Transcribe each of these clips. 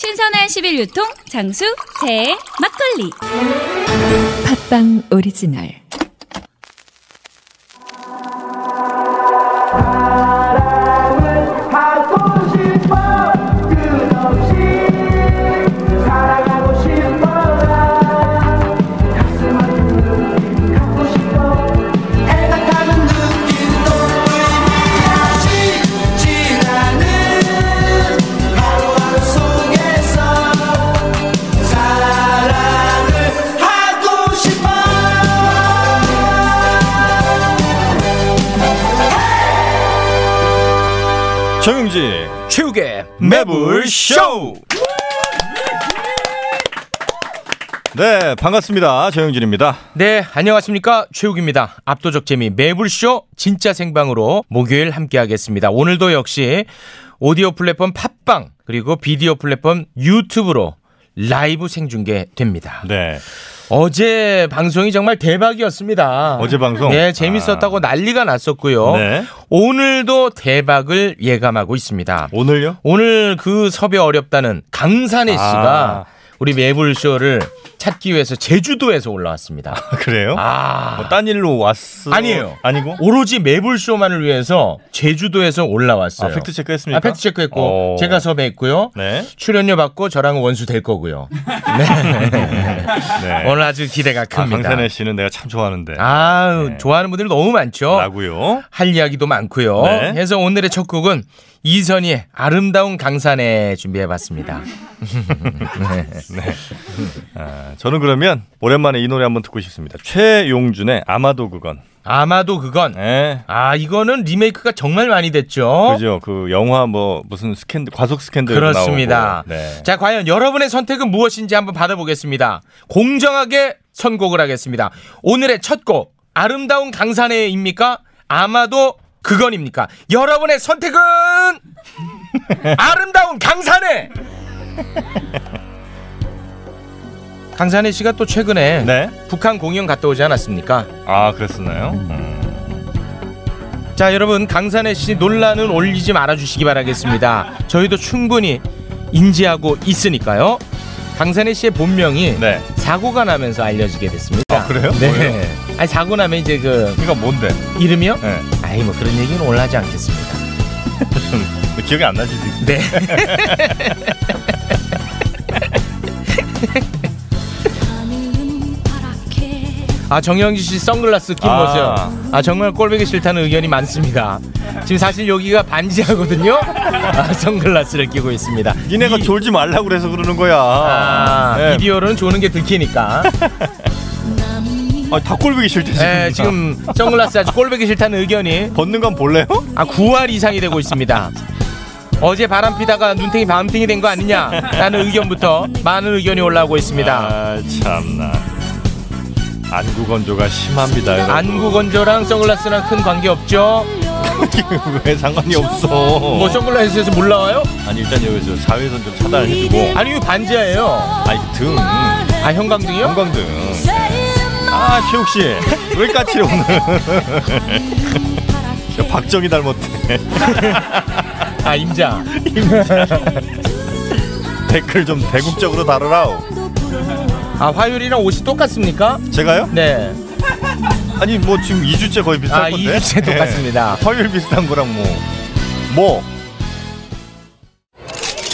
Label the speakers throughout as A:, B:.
A: 신선한 11 유통 장수 새 막걸리.
B: 팟빵 오리지널
C: 갖고 싶어 끝없이 살아가고 싶어 나 가슴 아픈 느낌 갖고 싶어 애가 타는 느낌도 의미가 지나는 하루하루 속에서 사랑을 하고 싶어
D: 정영지
E: 최욱의
D: 매불 쇼. 네 반갑습니다 정영진입니다.
E: 네 안녕하십니까 최욱입니다 압도적 재미 매불쇼 진짜 생방으로 목요일 함께하겠습니다 오늘도 역시 오디오 플랫폼 팟빵 그리고 비디오 플랫폼 유튜브로 라이브 생중계 됩니다
D: 네
E: 어제 방송이 정말 대박이었습니다
D: 어제 방송? 아,
E: 네 재밌었다고 난리가 났었고요
D: 네.
E: 오늘도 대박을 예감하고 있습니다
D: 오늘요?
E: 오늘 그 섭외 어렵다는 강산혜
D: 아.
E: 씨가 우리 매불쇼를 찾기 위해서 제주도에서 올라왔습니다.
D: 그래요?
E: 아.
D: 뭐 딴 일로 왔어?
E: 아니에요.
D: 아니고?
E: 오로지 매불쇼만을 위해서 제주도에서 올라왔어요.
D: 아, 팩트 체크했습니까? 어.
E: 아, 팩트 체크했고
D: 오.
E: 제가 섭외했고요.
D: 네.
E: 출연료 받고 저랑 원수 될 거고요.
D: 네.
E: 오늘 아주 기대가
D: 아,
E: 큽니다.
D: 강산혜 씨는 내가 참 좋아하는데.
E: 어, 아유, 어. 좋아하는 분들이 너무 많죠.
D: 라고요.
E: 할 이야기도 많고요.
D: 네.
E: 그래서 오늘의 첫 곡은 이선희의 아름다운 강산에 준비해봤습니다.
D: 아, 저는 그러면 오랜만에 이 노래 한번 듣고 싶습니다. 최용준의 아마도 그건.
E: 아마도 그건
D: 네.
E: 아 이거는 리메이크가 정말 많이 됐죠.
D: 그죠? 그 영화 뭐 무슨 스캔들, 과속 스캔들
E: 어? 그렇습니다.
D: 나오고. 네.
E: 자, 과연 여러분의 선택은 무엇인지 한번 받아보겠습니다. 공정하게 선곡을 하겠습니다. 오늘의 첫 곡, 아름다운 강산해입니까? 아마도 그건입니까? 여러분의 선택은 아름다운 강산해! 강산해 씨가 또 최근에
D: 네.
E: 북한 공연 갔다 오지 않았습니까?
D: 아, 그랬었나요? 음.
E: 자 여러분 강산혜 씨 논란은 올리지 말아주시기 바라겠습니다. 저희도 충분히 인지하고 있으니까요. 강산혜 씨의 본명이
D: 네.
E: 사고가 나면서 알려지게 됐습니다.
D: 아, 그래요?
E: 네.
D: 뭐예요?
E: 아니 사고 나면 이제 그
D: 그러니까 뭔데?
E: 이름이요?
D: 네.
E: 아이 뭐 그런 얘기는 올라지 않겠습니다.
D: 좀 기억이 안 나지 지금.
E: 네. 아 정영지 씨 선글라스 낀
D: 아.
E: 모습. 아 정말 꼴보기 싫다는 의견이 많습니다. 지금 사실 여기가 반지하거든요. 아, 선글라스를 끼고 있습니다.
D: 니네가
E: 이-
D: 졸지 말라 그래서 그러는 거야.
E: 아,
D: 네.
E: 비디오로는 조는 게 들키니까.
D: 아, 다 꼴보기 싫대 지금.
E: 예, 지금 선글라스 아주 꼴보기 싫다는 의견이
D: 벗는 건 볼래요?
E: 아 9할 이상이 되고 있습니다. 어제 바람 피다가 눈탱이 밤탱이 된 거 아니냐? 라는 의견부터 많은 의견이 올라오고 있습니다.
D: 아, 참나. 안구 건조가 심합니다. 여러분.
E: 안구 건조랑 선글라스랑 큰 관계 없죠?
D: 왜 상관이 없어?
E: 뭐 선글라스에서 물 나와요?
D: 아니 일단 여기 저 자외선 좀 차단해주고.
E: 아니 이거 반지예요.
D: 아니 등.
E: 아 형광등이요?
D: 형광등. 아 최욱 씨, 왜 까칠해 오늘? 야, 박정희 닮았대.
E: 아 임자.
D: 댓글 좀 대국적으로 다뤄라.
E: 아 화요일이랑 옷이 똑같습니까?
D: 제가요?
E: 네.
D: 아니 뭐 지금 2주째 거의 비슷한
E: 아
D: 건데.
E: 이주째
D: 예.
E: 똑같습니다.
D: 화요일 비슷한 거랑 뭐. 뭐.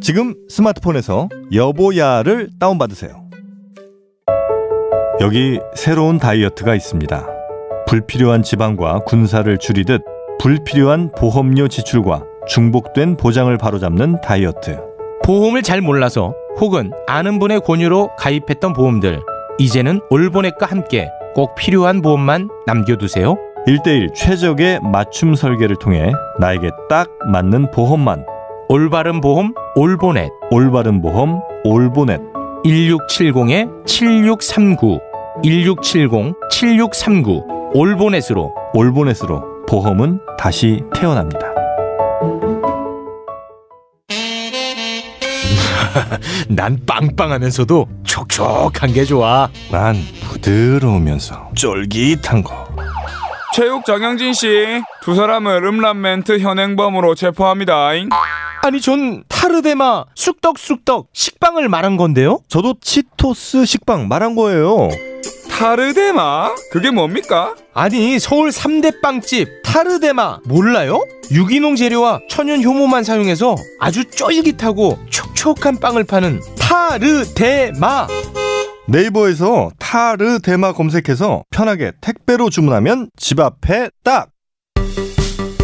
D: 지금 스마트폰에서 여보야를 다운받으세요. 여기 새로운 다이어트가 있습니다. 불필요한 지방과 군사를 줄이듯 불필요한 보험료 지출과 중복된 보장을 바로잡는 다이어트.
E: 보험을 잘 몰라서 혹은 아는 분의 권유로 가입했던 보험들 이제는 올보넷과 함께 꼭 필요한 보험만 남겨두세요
D: 1대1 최적의 맞춤 설계를 통해 나에게 딱 맞는 보험만
E: 올바른 보험 올보넷
D: 올바른 보험 올보넷
E: 1670-7639 1670-7639 올보넷으로
D: 올보넷으로 보험은 다시 태어납니다.
E: 난 빵빵하면서도 촉촉한 게 좋아
D: 난 부드러우면서 쫄깃한 거.
F: 체육 정영진 씨, 두 사람을 음란 멘트 현행범으로 체포합니다.
E: 아니 전 타르데마 쑥떡쑥떡 식빵을 말한 건데요
D: 저도 치토스 식빵 말한 거예요.
F: 타르데마? 그게 뭡니까?
E: 아니 서울 3대 빵집 타르데마 몰라요? 유기농 재료와 천연 효모만 사용해서 아주 쫄깃하고 촉촉한 빵을 파는 타르데마
D: 네이버에서 타르데마 검색해서 편하게 택배로 주문하면 집 앞에 딱.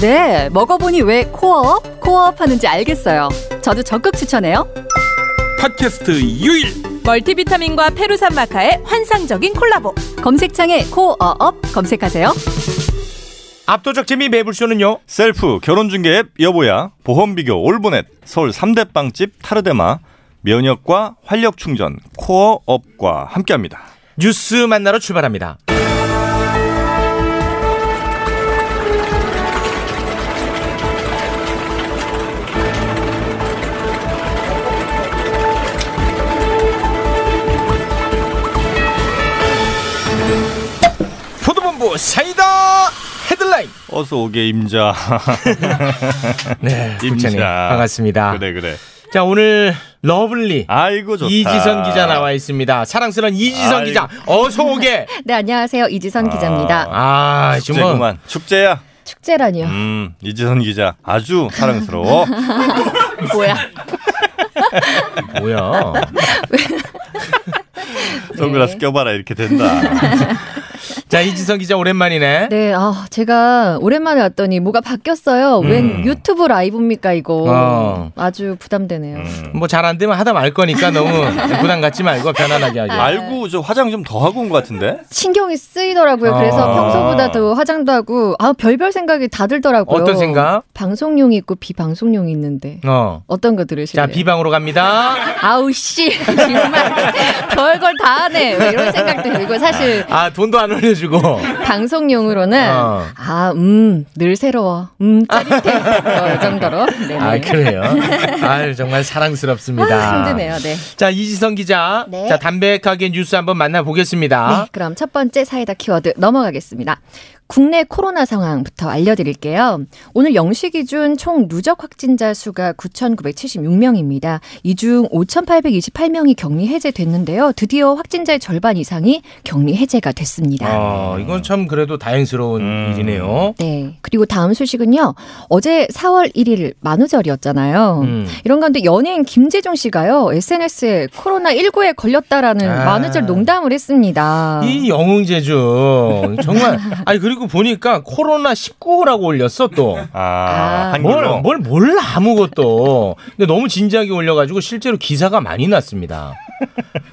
G: 네, 먹어보니 왜 코어업, 코어업 하는지 알겠어요. 저도 적극 추천해요.
H: 팟캐스트 유일
I: 멀티비타민과 페루산 마카의 환상적인 콜라보.
G: 검색창에 코어업 검색하세요.
E: 압도적 재미 매불쇼는요
D: 셀프 결혼중개 앱 여보야 보험비교 올보넷 서울 3대 빵집 타르데마 면역과 활력충전 코어업과 함께합니다.
E: 뉴스 만나러 출발합니다 포도본부 사이다 헤드라인
D: 어서 오게 임자.
E: 네,
D: 임자.
E: 부처님 반갑습니다.
D: 그래 그래.
E: 자 오늘 러블리
D: 아이고 좋다.
E: 이지선 기자 나와 있습니다. 사랑스러운 이지선
D: 아이고.
E: 기자 어서 오게.
G: 네, 안녕하세요. 이지선 기자입니다.
E: 아 지금 뭐
D: 축제구만. 축제야.
G: 축제라니요.
D: 음 이지선 기자 아주 사랑스러워.
G: 뭐야?
E: 뭐야?
D: 선글라스 껴봐라 이렇게 된다.
E: 자 이지선 기자 오랜만이네.
G: 네, 아, 제가 오랜만에 왔더니 뭐가 바뀌었어요. 웬 유튜브 라이브입니까, 이거.
E: 어.
G: 아주 부담되네요.
E: 뭐 잘 안 되면 하다 말 거니까 너무 부담 갖지 말고 편안하게 하게.
G: 아.
D: 알고 저 화장 좀 더 하고 온 것 같은데.
G: 신경이 쓰이더라고요. 그래서
E: 아.
G: 평소보다 더 화장도 하고, 아, 별별 생각이 다 들더라고요.
E: 어떤 생각?
G: 방송용이 있고 비방송용이 있는데.
E: 어.
G: 어떤 거 들으실래요?
E: 자 비방으로 갑니다.
G: 아우 씨 정말 별걸 다 하네 뭐 이런 생각도 들고 사실
E: 아 돈도 안 올려주고.
G: 방송용으로는
E: 어.
G: 아 음 늘 새로워 음 짜릿해 어, 이 정도로 네네.
E: 아 그래요. 아 정말 사랑스럽습니다.
G: 아, 힘드네요 네.
E: 자 이지선 기자.
G: 네.
E: 자 담백하게 뉴스 한번 만나보겠습니다.
G: 네 그럼 첫 번째 사이다 키워드 넘어가겠습니다. 국내 코로나 상황부터 알려드릴게요. 오늘 0시 기준 총 누적 확진자 수가 9,976명입니다. 이 중 5,828명이 격리 해제됐는데요. 드디어 확진자의 절반 이상이 격리 해제가 됐습니다.
E: 어, 이건 참 그래도 다행스러운
D: 음.
E: 일이네요.
G: 네. 그리고 다음 소식은요. 어제 4월 1일 만우절이었잖아요.
E: 음.
G: 이런 가운데 연예인 김재종 씨가요. SNS에 코로나19에 걸렸다라는
E: 아.
G: 만우절 농담을 했습니다.
E: 이 영웅제주 정말 아니 그리고 보니까 코로나 19라고 올렸어 또뭘뭘
D: 아,
G: 아.
D: 한글로.
E: 뭘 몰라 아무것도 근데 너무 진지하게 올려가지고 실제로 기사가 많이 났습니다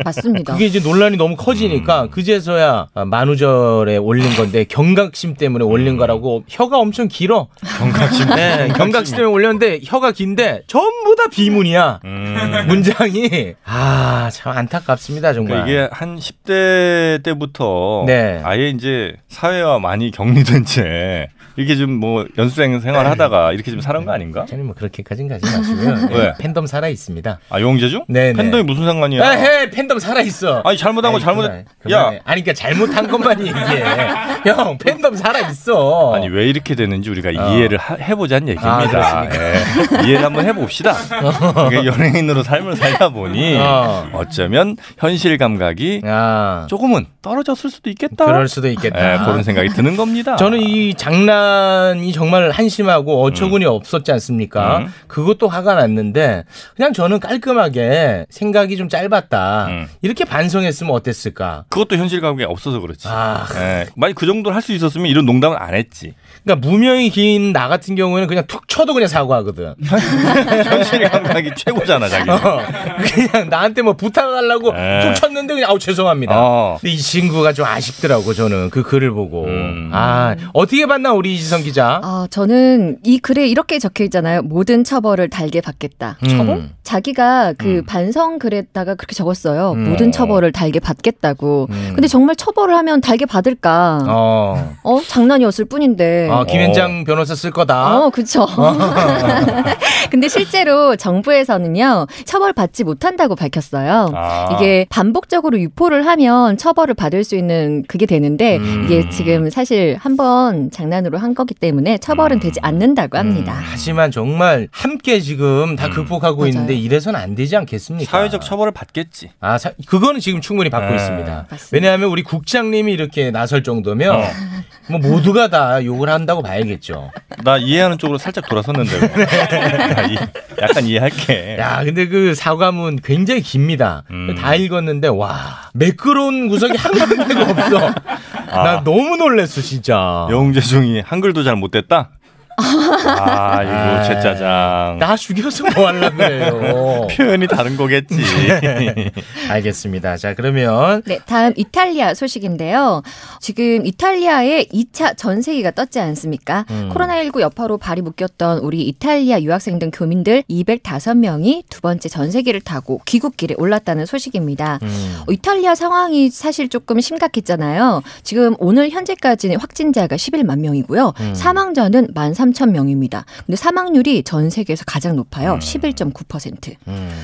G: 맞습니다.
E: 그게 이제 논란이 너무
D: 음.
E: 커지니까 그제서야 아, 만우절에 올린 건데 경각심 때문에 올린 거라고 혀가 엄청 길어
D: 음. 경각심.
E: 네, 경각심 때문에 올렸는데 혀가 긴데 전부 다 비문이야
D: 음.
E: 문장이 아 참 안타깝습니다 정말
D: 그러니까 이게 한 10대 때부터
E: 네.
D: 아예 이제 사회와 많이 격리된 채 이렇게 좀 뭐 연수생 생활하다가 이렇게 좀 살은 거 아닌가?
E: 저는 뭐 그렇게까진 가지 마시고요.
D: 왜?
E: 팬덤 살아 있습니다.
D: 아 용재주?
E: 네, 네.
D: 팬덤이 무슨 상관이야?
E: 아, 해. 팬덤 살아있어.
J: 아니 잘못한 거 잘못.
E: 야. 아니, 그러니까 잘못한 것만 얘기해. 형, 팬덤 살아있어.
D: 아니 왜 이렇게 되는지 우리가
E: 어.
D: 이해를 하- 해보자는 얘기입니다.
E: 아,
D: 예. 이해를 한번 해봅시다. 그러니까 연예인으로 삶을 살다 보니
E: 어.
D: 어. 쩌면 현실 감각이 조금은 떨어졌을 수도 있겠다.
E: 그럴 수도 있겠다.
D: 예, 그런 생각이 드는 겁니다.
E: 저는 이 장난이 정말 한심하고 어처구니 없었지 않습니까?
D: 음.
E: 그것도 화가 났는데 그냥 저는 깔끔하게 생각이 좀 짧았다. 이렇게 반성했으면 어땠을까?
D: 그것도 현실 감각이 없어서 그렇지.
E: 아.
D: 예, 만약 그 정도를 할 수 있었으면 이런 농담을 안 했지.
E: 그러니까 무명이 긴 나 같은 경우에는 그냥 툭 쳐도 그냥 사과하거든.
D: 현실 감각이 최고잖아, 자기.
E: 네. 어, 그냥 나한테 뭐 부탁하려고
D: 예.
E: 툭 쳤는데 그냥 아우 죄송합니다. 근데 이 친구가 좀 아쉽더라고 저는 그 글을 보고. 아 어떻게 봤나 우리 이지성 기자?
G: 아, 저는 이 글에 이렇게 적혀 있잖아요. 모든 처벌을 달게 받겠다.
E: 음.
G: 처벌? 자기가 그 반성 글에다가 그렇게 적었어요.
E: 음.
G: 모든 처벌을 달게 받겠다고. 근데 정말 처벌을 하면 달게 받을까? 어,
E: 어.
G: 장난이었을 뿐인데.
E: 아, 김현장 변호사 쓸
G: 네.
E: 거다.
G: 어, 그쵸. 근데 실제로 정부에서는요, 처벌받지 못한다고 밝혔어요.
E: 아.
G: 이게 반복적으로 유포를 하면 처벌을 받을 수 있는 그게 되는데,
E: 음.
G: 이게 지금 사실 한 번 장난으로 한 거기 때문에 처벌은 되지
E: 음.
G: 않는다고 합니다.
E: 하지만 정말 함께 지금 다 극복하고 있는데 이래선 안 되지 않겠습니까? 음. 사회적
D: 처벌을 받겠지.
E: 아, 사- 그거는 지금 충분히 받고
D: 네.
E: 있습니다. 왜냐하면 우리 국장님이 이렇게 나설 정도면 뭐 모두가 다 욕을 한다고 봐야겠죠.
D: 나 이해하는 쪽으로 살짝 돌아섰는데.
E: 네.
D: 약간 이해할게.
E: 야, 근데 그 사과문 굉장히 깁니다.
D: 음.
E: 다 읽었는데 와 매끄러운 구석이 한 군데가 없어.
D: 아.
E: 나 너무 놀랬어 진짜.
D: 영재 중이 한글도 잘 못됐다. 아, 이거 제 짜장.
E: 나 뭐. 죽여서 뭐 할라 그래요.
D: 표현이 다른 거겠지.
E: 네. 알겠습니다. 자 그러면
G: 네, 다음 이탈리아 소식인데요. 지금 이탈리아에 2차 전세기가 떴지 않습니까?
E: 음.
G: 코로나19 여파로 발이 묶였던 우리 이탈리아 유학생 등 교민들 205명이 두 번째 전세기를 타고 귀국길에 올랐다는 소식입니다.
D: 음.
G: 어, 이탈리아 상황이 사실 조금 심각했잖아요. 지금 오늘 현재까지는 확진자가 11만 명이고요.
E: 음.
G: 사망자는 13,000명입니다. 근데 사망률이 전 세계에서 가장
E: 음.
G: 높아요. 11.9%.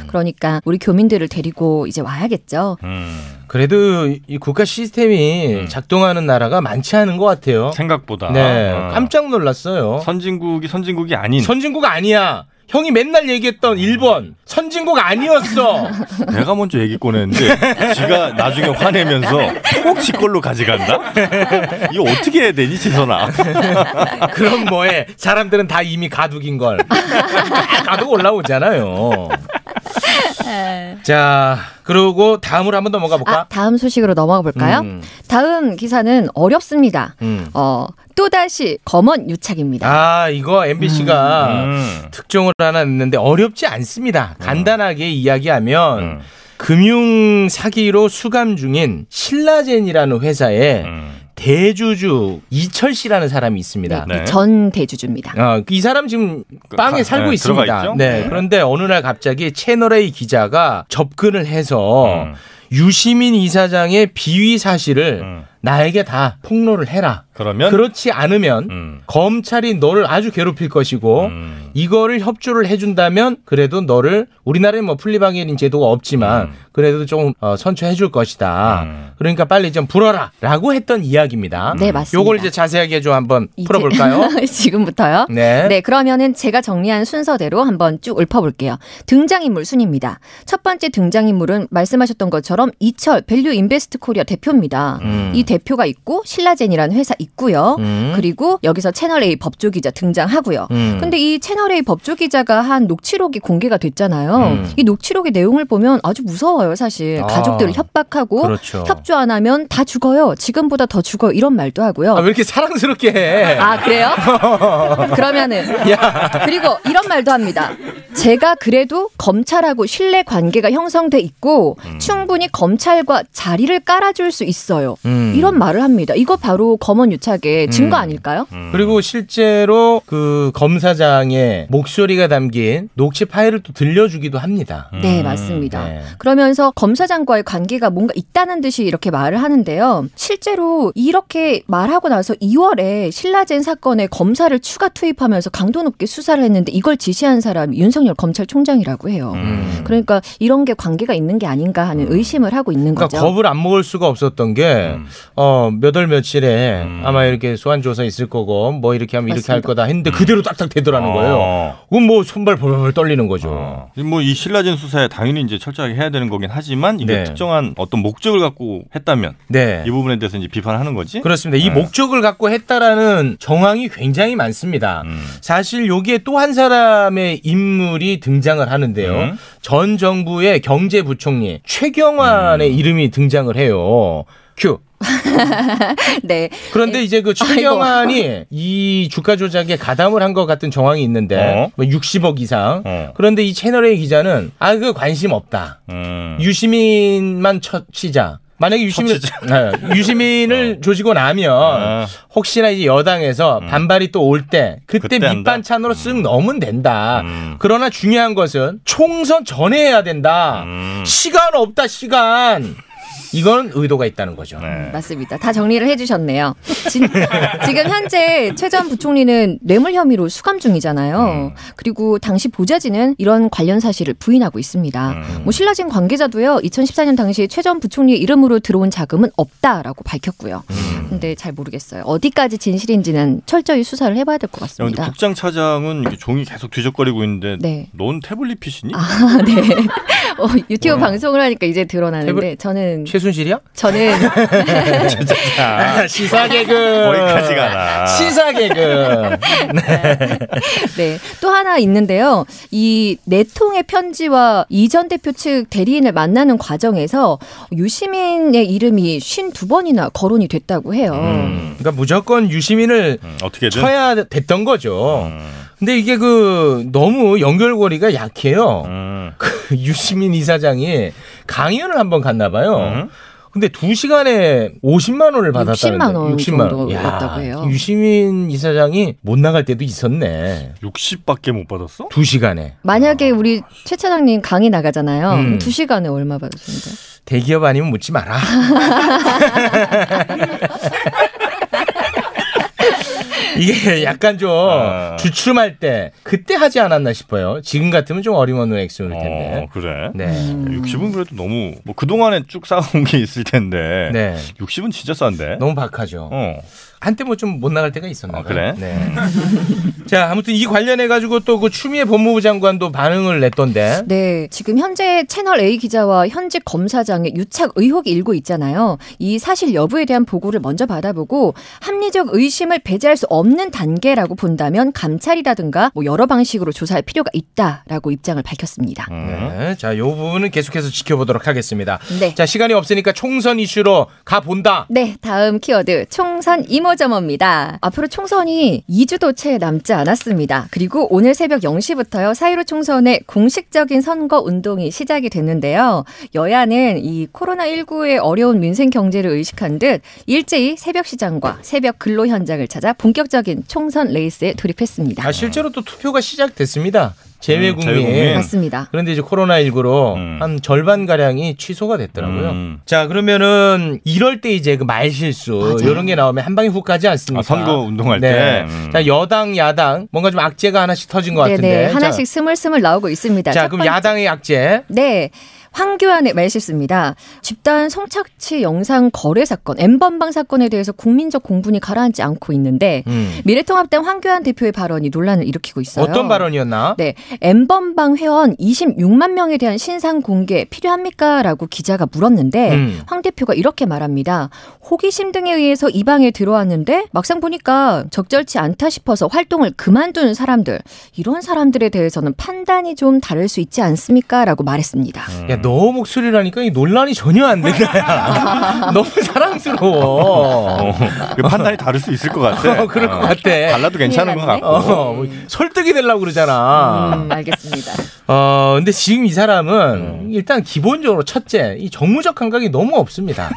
G: 그러니까 우리 교민들을 데리고 이제 와야겠죠.
D: 음,
E: 그래도 이 국가 시스템이 작동하는 나라가 많지 않은 것 같아요.
D: 생각보다.
E: 네,
D: 어.
E: 깜짝 놀랐어요.
D: 선진국이 선진국이 음. 아닌.
E: 선진국 아니야. 형이 맨날 얘기했던 일본 선진국 아니었어.
D: 내가 먼저 얘기 꺼냈는데 지가 나중에 화내면서 꼭 지걸로 가져간다? 이거 어떻게 해야 되니, 지선아?
E: 그럼 뭐해? 사람들은 다 이미 가둑인 걸. 가둑 올라오잖아요. 자, 그리고 다음으로 한번 넘어가 볼까?
G: 아, 다음 소식으로 넘어가 볼까요?
E: 음.
G: 다음 기사는 어렵습니다.
E: 음.
G: 어, 또다시 검언 유착입니다.
E: 아, 이거
D: 음,
E: MBC가 특종을 하나 했는데 어렵지 않습니다. 간단하게 이야기하면
D: 음.
E: 금융 사기로 수감 중인 신라젠이라는 회사의
D: 음.
E: 대주주 이철 씨라는 사람이 있습니다.
G: 네, 전 대주주입니다.
E: 어, 이 사람 지금 빵에
G: 가-
E: 살고
G: 네, 들어가
E: 있습니다.
G: 있죠?
E: 네.
G: 네.
E: 그런데 어느 날 갑자기 채널A 기자가 접근을 해서 유시민 이사장의 비위 사실을 나에게 다 폭로를 해라.
D: 그러면 음.
E: 그렇지 않으면 검찰이 너를 아주 괴롭힐 것이고 이거를 협조를 해준다면 그래도 너를 우리나라에 뭐 풀리방해인 제도가 없지만 그래도 좀 어, 선처해줄 것이다. 그러니까 빨리 좀 불어라라고 했던 이야기입니다.
G: 네, 맞습니다.
E: 요걸 이제 자세하게 좀 한번 풀어볼까요?
G: 지금부터요?
E: 네.
G: 그러면은 제가 정리한 순서대로 한번 쭉 읊어볼게요. 등장인물 순입니다. 첫 번째 등장인물은 말씀하셨던 것처럼 이철 밸류 인베스트 코리아 대표입니다.
K: 음.
G: 이 대표가 있고 신라젠이라는 회사 있고요.
K: 음.
G: 그리고 여기서 채널A 법조 기자 등장하고요.
K: 음.
G: 근데 이 채널A 법조 기자가 한 녹취록이 공개가 됐잖아요.
K: 음.
G: 이 녹취록의 내용을 보면 아주 무서워요, 사실.
K: 아.
G: 가족들을 협박하고
K: 그렇죠.
G: 협조 안 하면 다 죽어요. 지금보다 더 죽어 이런 말도 하고요.
E: 아, 왜 이렇게 사랑스럽게 해?
G: 아, 그래요? 그러면은 그리고 이런 말도 합니다. 제가 그래도 검찰하고 신뢰
E: 음.
G: 관계가 형성돼 있고 충분히 검찰과 자리를 깔아줄 수 있어요.
E: 음.
G: 이런 말을 합니다. 이거 바로 검언 유착의 증거
E: 음.
G: 아닐까요?
E: 그리고 실제로 그 검사장의 목소리가 담긴 녹취 파일을 또 들려주기도 합니다.
K: 음.
G: 네, 맞습니다.
E: 네.
G: 그러면서 검사장과의 관계가 뭔가 있다는 듯이 이렇게 말을 하는데요. 실제로 이렇게 말하고 나서 2월에 신라젠 사건에 검사를 추가 투입하면서 강도 높게 수사를 했는데 이걸 지시한 사람이 윤석열 검찰총장이라고 해요.
E: 음.
G: 그러니까 이런 게 관계가 있는 게 아닌가 하는 의심을 하고 있는
E: 그러니까
G: 거죠.
E: 겁을 안 먹을 수가 없었던 게,
K: 음.
E: 어, 몇 월 며칠에 아마 이렇게 소환조사 있을 거고, 뭐 이렇게 하면 이렇게 할 거다
K: 음.
E: 했는데 그대로 딱딱 되더라는
K: 어.
E: 거예요. 그건 뭐 손발 벌벌 떨리는 거죠.
D: 어. 뭐 이 신라진 수사에 당연히 이제 철저하게 해야 되는 거긴 하지만 이게
E: 네.
D: 특정한 어떤 목적을 갖고 했다면
E: 네.
D: 이 부분에 대해서 이제 비판하는 거지.
E: 그렇습니다. 이
D: 네.
E: 목적을 갖고 했다라는 정황이 굉장히 많습니다.
D: 음.
E: 사실 여기에 또 한 사람의 인물이 등장을 하는데요.
D: 음.
E: 전 정부의 경제부총리 최경환의
D: 음.
E: 이름이 등장을 해요. 큐.
G: 네.
E: 그런데 이제 그 최경환이 이 주가 조작에 가담을 한 것 같은 정황이 있는데
D: 어?
E: 뭐 60억 이상.
D: 어.
E: 그런데 이 채널A 기자는 아 그 관심 없다.
D: 음.
E: 유시민만 처치자. 만약에 유시민 네, 유시민을
D: 어.
E: 조지고 나면 혹시나 이제 여당에서 반발이 또 올 때 그때,
D: 음. 그때 한다? 음.
E: 밑반찬으로 쓱 넣으면 된다. 그러나 중요한 것은 총선 전에 해야 된다.
D: 음.
E: 시간 없다 시간. 이건 의도가 있다는 거죠.
D: 네.
G: 맞습니다. 다 정리를 해주셨네요. 진- 지금 현재 최 전 부총리는 뇌물 혐의로 수감
D: 음.
G: 중이잖아요. 그리고 당시 보좌진은 이런 관련 사실을 부인하고 있습니다.
D: 음.
G: 뭐 신라진 관계자도요. 2014년 당시 최 전 부총리의 이름으로 들어온 자금은 없다라고 밝혔고요.
D: 음.
G: 근데 잘 모르겠어요. 어디까지 진실인지는 철저히 수사를 해봐야 될 것
D: 야, 근데
G: 같습니다.
D: 국장 차장은 이렇게 종이 계속 뒤적거리고 있는데
G: 네.
D: 넌 태블릿 PC니?
G: 아, 네. 어, 유튜브 방송을 하니까 이제 드러나는데
D: 네. 태블-
G: 저는
E: 최순실이야?
G: 저는
E: 아, 시사 개그
D: 거기까지가 아. 음. 나.
E: 시사 개그
G: 네. 또 하나 있는데요. 이 내통의 편지와 이 전 대표 측 대리인을 만나는 과정에서 유시민의 이름이 52번이나 거론이 됐다고 해요.
E: 그러니까 무조건 유시민을
D: 음. 어떻게든
E: 쳐야 됐던 거죠.
D: 음.
E: 근데 이게 그 너무 연결고리가 약해요.
D: 음.
E: 그 유시민 이사장이 강연을 한번 갔나 봐요. 근데 두시간에 50만 원을 받았다는데
G: 60만 원
E: 60만 원.
G: 정도
E: 야,
G: 받았다고 해요.
E: 유시민 이사장이 못 나갈 때도 있었네.
D: 60밖에 못 받았어?
E: 두시간에
G: 만약에 우리 최 차장님 강의 나가잖아요.
E: 음.
G: 두시간에 얼마 받으십니까?
E: 대기업 아니면 묻지 마라. 이게 약간 좀 주춤할 때 그때 하지 않았나 싶어요. 지금 같으면 좀 어림없는 액수일 텐데.
D: 어, 그래.
E: 네.
D: 60은 그래도 너무 뭐 그동안에 쭉 쌓아온 게 있을 텐데
E: 네.
D: 60은 진짜 싼데.
E: 너무 박하죠.
D: 어.
E: 한때 뭐 좀 못 나갈 때가 있었나 봐요.
D: 그래?
E: 네. 자, 아무튼 이 관련해 가지고 또 그 추미애 법무부 장관도 반응을 냈던데.
G: 네, 지금 현재 채널 A 기자와 현직 검사장의 유착 의혹이 일고 있잖아요. 이 사실 여부에 대한 보고를 먼저 받아보고 합리적 의심을 배제할 수 없는 단계라고 본다면 감찰이라든가 뭐 여러 방식으로 조사할 필요가 있다라고 입장을 밝혔습니다.
D: 음.
E: 네. 자, 요 부분은 계속해서 지켜보도록 하겠습니다.
G: 네.
E: 자, 시간이 없으니까 총선 이슈로 가 본다.
G: 네, 다음 키워드 총선 이모저모입니다. 앞으로 총선이 2주도 채 남지 않았습니다. 그리고 오늘 새벽 0시부터요. 4.15 총선의 공식적인 선거 운동이 시작이 됐는데요. 여야는 이 코로나19의 어려운 민생 경제를 의식한 듯 일제히 새벽 시장과 새벽 근로 현장을 찾아 본격적인 총선 레이스에 돌입했습니다.
E: 아, 실제로 또 투표가 시작됐습니다.
D: 음,
E: 제외국민.
D: 제외국민.
G: 맞습니다.
E: 그런데 이제 코로나19로
D: 음.
E: 한 절반 가량이 취소가 됐더라고요. 자, 그러면은 이럴 때 이제 그 말실수
D: 맞아요.
E: 이런 게 나오면 한 방에 훅 가지 않습니까? 네.
D: 아, 선거 운동할 때. 음.
E: 자, 여당, 야당 뭔가 좀 악재가 하나씩 터진 것 같은데.
G: 네네,
E: 자,
G: 하나씩 스물스물 나오고 있습니다.
E: 자,
G: 첫
E: 그럼
G: 번째.
E: 야당의 악재.
G: 네. 황교안의 말실수입니다. 집단 성착취 영상 거래 사건, 엠번방 사건에 대해서 국민적 공분이 가라앉지 않고 있는데
E: 음.
G: 미래통합당 황교안 대표의 발언이 논란을 일으키고 있어요.
E: 어떤 발언이었나?
G: 네, 엠번방 회원 26만 명에 대한 신상 공개 필요합니까?라고 기자가 물었는데
E: 음.
G: 황 대표가 이렇게 말합니다. 호기심 등에 의해서 이 방에 들어왔는데 막상 보니까 적절치 않다 싶어서 활동을 그만둔 사람들 이런 사람들에 대해서는 판단이 좀 다를 수 있지 않습니까?라고 말했습니다.
E: 야, 너 목소리라니까 이 논란이 전혀 안 된다. 야. 너무 사랑스러워.
D: 그 판단이 다를 수 있을 것 같아.
E: 어, 그럴 것 같아.
D: 달라도 괜찮은 것 같고.
E: 어, 뭐 설득이 되려고 그러잖아.
G: 음, 알겠습니다.
E: 어, 근데 지금 이 사람은 일단 기본적으로 첫째, 이 정무적 감각이 너무 없습니다.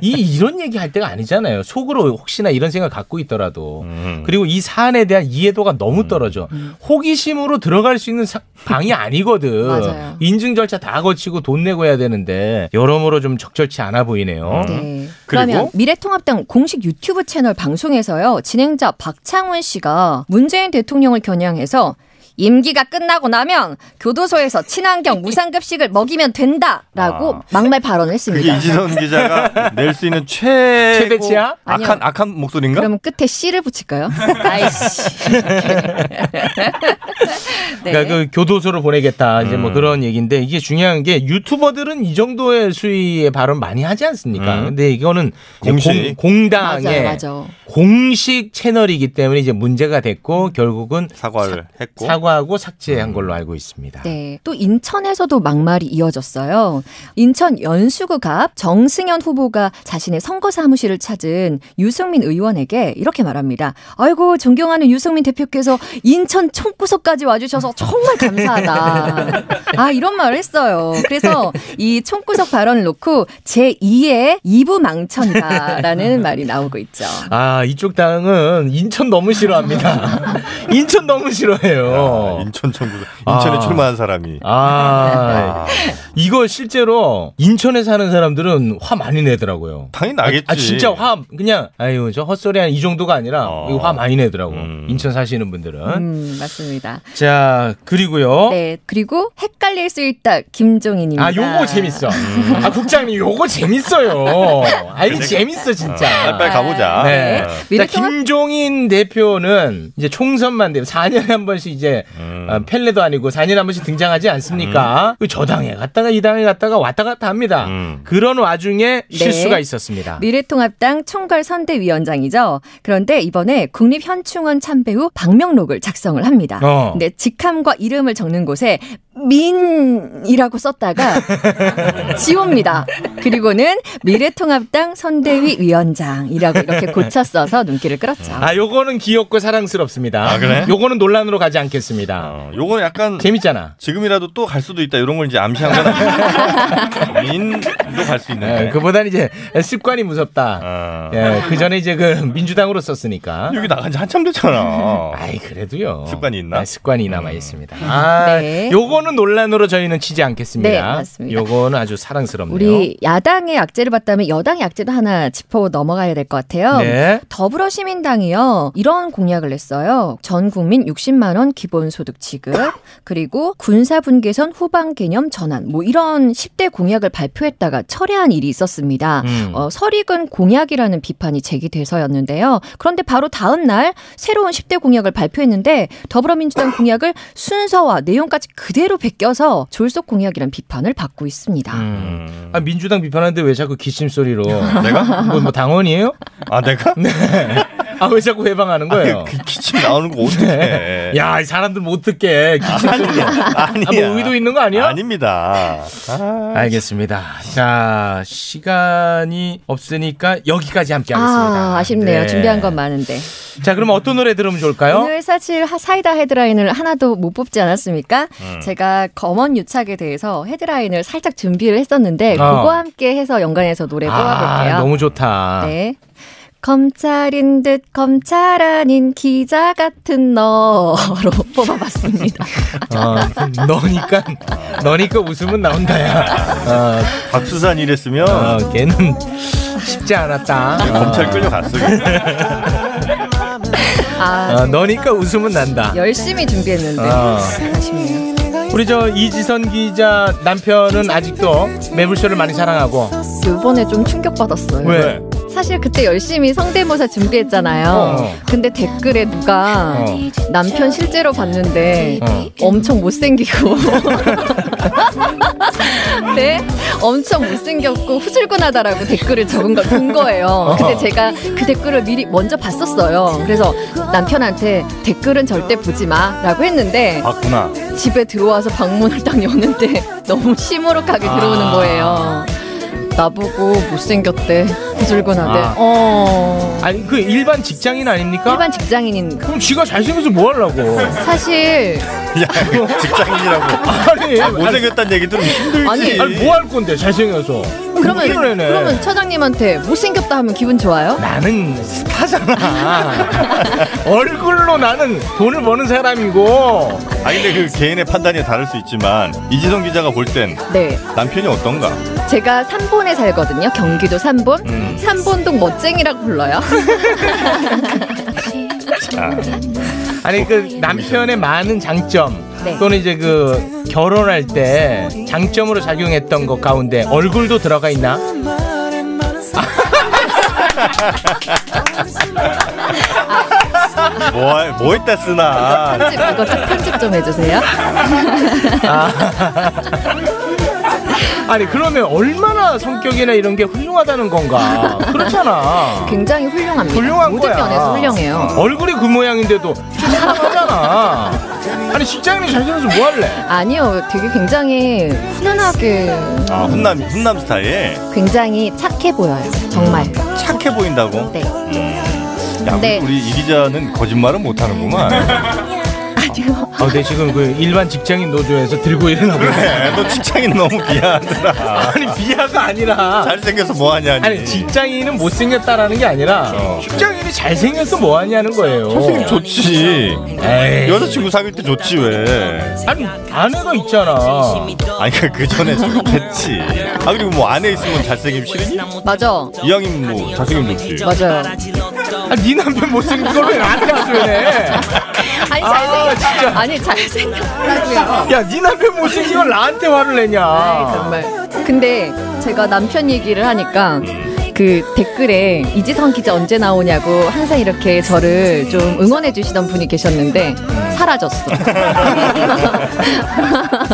E: 이 이런 얘기 할 때가 아니잖아요. 속으로 혹시나 이런 생각 갖고 있더라도. 그리고 이 사안에 대한 이해도가 너무 떨어져. 호기심으로 들어갈 수 있는 사- 방이 아니거든.
G: 맞아요.
E: 인증 절차 다 거치고 돈 내고 해야 되는데 여러모로 좀 적절치 않아 보이네요.
G: 네. 그러면 미래통합당 공식 유튜브 채널 방송에서요 진행자 박창훈 씨가 문재인 대통령을 겨냥해서 임기가 끝나고 나면 교도소에서 친환경 무상급식을 먹이면 된다라고
D: 아.
G: 막말 발언을 했습니다.
E: 그러니까.
D: 그게 이지선 기자가 낼 수 있는 최
G: 최대치야? 아니요.
D: 악한 악한 목소리인가?
G: 그러면 끝에 씨를 붙일까요? 아이씨. 네.
E: 그러니까 그 교도소로 보내겠다 이제
D: 음.
E: 뭐 그런 얘기인데 이게 중요한 게 유튜버들은 이 정도의 수위의 발언 많이 하지 않습니까? 근데 이거는 이제
D: 음. 공식.
E: 공, 당의
G: 맞아, 맞아.
E: 공식 채널이기 때문에 이제 문제가 됐고 결국은
D: 사과를 했고 음.
E: 사과하고 삭제한 걸로 알고 있습니다.
G: 네. 또 인천에서도 막말이 이어졌어요. 인천 연수구갑 정승현 후보가 자신의 선거 사무실을 찾은 유승민 의원에게 이렇게 말합니다. 아이고 존경하는 유승민 대표께서 인천 총구석까지 와주셔서 정말 감사하다. 아 이런 말을 했어요. 그래서 이 총구석 발언을 놓고 제 2의 2부 망천다라는 말이 나오고 있죠.
E: 아 이쪽 당은 인천 너무 싫어합니다. 인천 너무 싫어해요.
D: 인천 청구 인천에
E: 아.
D: 출마한 사람이
E: 아, 이거 실제로 인천에 사는 사람들은 화 많이 내더라고요.
D: 당연히 나겠지.
E: 아, 진짜 화 그냥 아유 저 헛소리 한 이 정도가 아니라
D: 어.
E: 이거 화 많이 내더라고.
D: 음.
E: 인천 사시는 분들은.
G: 음 맞습니다.
E: 자 그리고요.
G: 네 그리고 헷갈릴 수 있다 김종인입니다.
E: 어? 아 요거 재밌어.
D: 음.
E: 아 국장님 요거 재밌어요. 아 이거 재밌어 진짜.
D: 아, 빨리 가보자.
E: 네. 자,
G: 미래통합-
E: 김종인 대표는 이제 총선만 되면 4년에 한 번씩 이제
D: 음.
E: 아, 펠레도 아니고 4년에 한 번씩 등장하지 않습니까? 그저 당에 갔다가 이 당에 갔다가 왔다 갔다 합니다.
D: 음.
E: 그런 와중에
G: 네.
E: 실수가 있었습니다.
G: 미래통합당 총괄 선대위원장이죠. 그런데 이번에 국립현충원 참배 후 방명록을 작성을 합니다.
E: 어.
G: 근데 직함과 이름을 적는 곳에 민이라고 썼다가 지웁니다. 그리고는 미래통합당 선대위 위원장이라고 이렇게 고쳐 써서 눈길을 끌었죠.
E: 아, 요거는 귀엽고 사랑스럽습니다.
D: 아, 그래?
E: 요거는 논란으로 가지 않겠습니다.
D: 어, 요건 약간
E: 재밌잖아.
D: 지금이라도 또 갈 수도 있다 이런 걸 이제 암시한 건 아니에요. 민도 갈 수 있는데. 아.
E: 예, 그보단 이제 습관이 무섭다.
D: 어.
E: 예, 그 전에 이제 그 민주당으로 썼으니까.
D: 여기 나간 지 한참 됐잖아.
E: 아이 그래도요.
D: 습관이 있나? 음.
E: 습관이 남아 있습니다. 아,
G: 네.
E: 요거는 논란으로 저희는 치지 않겠습니다.
G: 네, 맞습니다.
E: 요거는 아주 사랑스럽네요.
G: 우리 야당의 악재를 봤다면 여당의 악재도 하나 짚어 넘어가야 될 것 같아요.
E: 네.
G: 더불어시민당이요 이런 공약을 냈어요. 전 국민 60만 원 기본소득 지급 그리고 군사분계선 후방 개념 전환 뭐 이런 10대 공약을 발표했다가 철회한 일이 있었습니다.
E: 음.
G: 어, 설익은 공약이라는 비판이 제기돼서였는데요. 그런데 바로 다음 날 새로운 10대 공약을 발표했는데 더불어민주당 공약을 순서와 내용까지 그대로 베껴서 졸속 공약이라는 비판을 받고 있습니다.
E: 음. 아, 민주당 비판하는데 왜 자꾸 기침 소리로? 내가? 뭐, 뭐 당원이에요?
D: 아 내가?
E: 네. 아 왜 자꾸 해방하는 거예요? 네.
D: 그 기침 나오는 거 어떻게? 해.
E: 야, 이 사람들 못 듣게 기침 소리.
D: 아니야.
E: 아, 뭐 의도 있는 거 아니야?
D: 아닙니다. 아,
E: 알겠습니다. 자, 시간이 없으니까 여기까지 함께 하겠습니다.
G: 아, 아쉽네요.
E: 네.
G: 준비한 건 많은데.
E: 자, 그럼 어떤 노래 들으면 좋을까요?
G: 오늘 사실 하- 사이다 헤드라인을 하나도 못 뽑지 않았습니까?
E: 음.
G: 제가 검언 유착에 대해서 헤드라인을 살짝 준비를 했었는데
E: 어.
G: 그거와 함께 해서 연관해서 노래 네, 뽑아볼게요.
E: 아, 너무 좋다.
G: 네. 검찰인 듯 검찰 아닌 기자 같은 너로 뽑아봤습니다.
E: 어, 너니까 너니까 웃음은 나온다야.
D: 박수산 이랬으면
E: 어, 어, 걔는 쉽지 않았다.
D: 검찰 끌려갔어.
G: 아,
E: 어, 너니까 웃음은 난다.
G: 열심히 준비했는데
E: 어.
G: 아쉽네요.
E: 우리 저 이지선 기자 남편은 아직도 매불쇼를 많이 사랑하고
G: 요번에 좀 충격받았어요.
E: 왜?
G: 사실 그때 열심히 성대모사 준비했잖아요.
E: 어.
G: 근데 댓글에 누가
E: 어.
G: 남편 실제로 봤는데
E: 어.
G: 엄청 못생기고. 네? 엄청 못생겼고 후줄근하다라고 댓글을 적은 걸 본 거예요. 근데
E: 어.
G: 제가 그 댓글을 미리 먼저 봤었어요. 그래서 남편한테 댓글은 절대 보지 마 라고 했는데
E: 아.
D: 봤구나.
E: 아.
G: 집에 들어와서 방문을 딱 여는데 너무 시무룩하게 들어오는 거예요. 나보고 못생겼대. 부줄근하대.
E: 아.
G: 어.
E: 아니 그 일반 직장인 아닙니까?
G: 일반 직장인인
E: 그럼 지가 잘생겨서 뭐 하려고?
G: 사실
D: 야, 그 직장인이라고.
E: 아니,
D: 아, 못생겼다는 얘기 좀 힘들지.
G: 아니.
E: 아니 뭐 할 건데 잘생겨서
G: 그러면
E: 웃기는 애네.
G: 그러면 처장님한테 못생겼다 하면 기분 좋아요?
E: 나는 스타잖아 얼굴로 나는 돈을 버는 사람이고
D: 아 근데 그 개인의 판단이 다를 수 있지만 이지성 기자가 볼 땐
G: 네.
D: 남편이 어떤가?
G: 제가 삼본에 살거든요. 경기도 삼본.
D: 음.
G: 삼본동 멋쟁이라고 불러요.
D: 아,
E: 아니 그 남편의 많은 장점
G: 네.
E: 또는 이제 그 결혼할 때 장점으로 작용했던 것 가운데 얼굴도 들어가 있나?
D: 뭐, 할- 뭐 했다 쓰나?
G: 편집 이거 좀 편집 좀 해주세요.
E: 아. 아니 그러면 얼마나 성격이나 이런 게 훌륭하다는 건가? 그렇잖아.
G: 굉장히 훌륭합니다.
E: 훌륭한
G: 모든
E: 거야.
G: 면에서 훌륭해요.
E: 얼굴이 그 모양인데도 하잖아. 아니 직장인이 잘생겨서 뭐 할래?
G: 아니요, 되게 굉장히 훈훈하게,
D: 아 훈남 훈남 스타일
G: 굉장히 착해 보여요. 정말.
E: 음.
D: 착해 보인다고. 음.
G: 네.
D: 야, 우리-
G: 네.
D: 우리 이 기자는 거짓말은 못하는구만.
G: 아니요.
E: 아, 근데 지금 그 일반 직장인 노조에서 들고 일어나 그래.
G: 네.
D: 야, 너 직장인 너무 비하하더라.
E: 아니 비하가 아니라
D: 잘생겨서 뭐하냐니.
E: 아니 직장인은 못생겼다라는 게 아니라
D: 어.
E: 직장인이 잘생겨서 뭐하냐는 거예요.
D: 선생님 좋지.
E: 에이.
D: 어. 여자친구 사귈 때 좋지 왜?
E: 아니 아내가 있잖아.
D: 아니 그 전에 좋겠지. 아 그리고 뭐 안에 있으면 잘생김 싫으니?
G: 맞아.
D: 이왕이면 뭐 잘생김 좋지.
G: 맞아요.
E: 아, 네 남편 못생긴 걸 왜 나한테 하소연해?
G: 아니,
E: 아,
G: 잘생겼,
E: 진짜.
G: 아니, 잘생겼다고요.
E: 야, 네 남편 못생긴 걸 나한테 화를 내냐?
G: 아이, 정말. 근데 제가 남편 얘기를 하니까 그 댓글에 이지성 기자 언제 나오냐고 항상 이렇게 저를 좀 응원해 주시던 분이 계셨는데 사라졌어.
D: 아,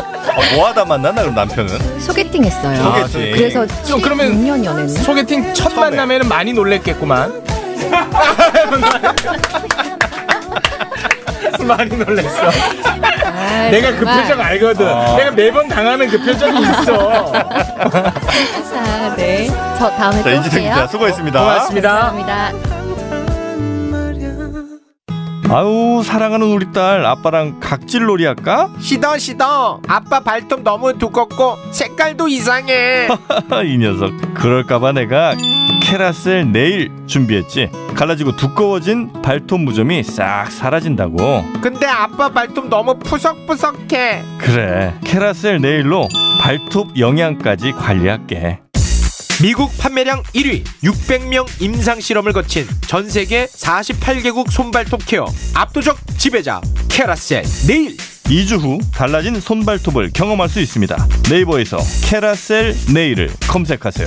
D: 뭐하다 만났나 그럼 남편은?
G: 소개팅 했어요.
D: 소개팅.
G: 그래서
E: 저 그러면
G: 6년 연애는
E: 소개팅 첫
D: 처음에.
E: 만남에는 많이 놀랬겠구만. 많이 놀랬어.
G: 아,
E: 내가 그 표정 알거든. 내가 매번 당하는 그 표정이 있어.
G: 아, 네. 저 다음에
D: 자
G: 또
D: 이지성 기자
G: 올게요.
D: 수고했습니다.
E: 고맙습니다.
G: 감사합니다.
D: 아우 사랑하는 우리 딸 아빠랑 각질놀이 할까?
J: 시더 시더 아빠 발톱 너무 두껍고 색깔도 이상해
D: 아, 이 녀석 그럴까봐 내가 캐라셀 네일 준비했지 갈라지고 두꺼워진 발톱 무좀이 싹 사라진다고
J: 근데 아빠 발톱 너무 푸석푸석해
D: 그래 캐라셀 네일로 발톱 영양까지 관리할게
J: 미국 판매량 1위 600명 임상 실험을 거친 전 세계 48개국 손발톱 케어 압도적 지배자 캐라셀 네일
D: 2주 후 달라진 손발톱을 경험할 수 있습니다 네이버에서 캐라셀 네일을 검색하세요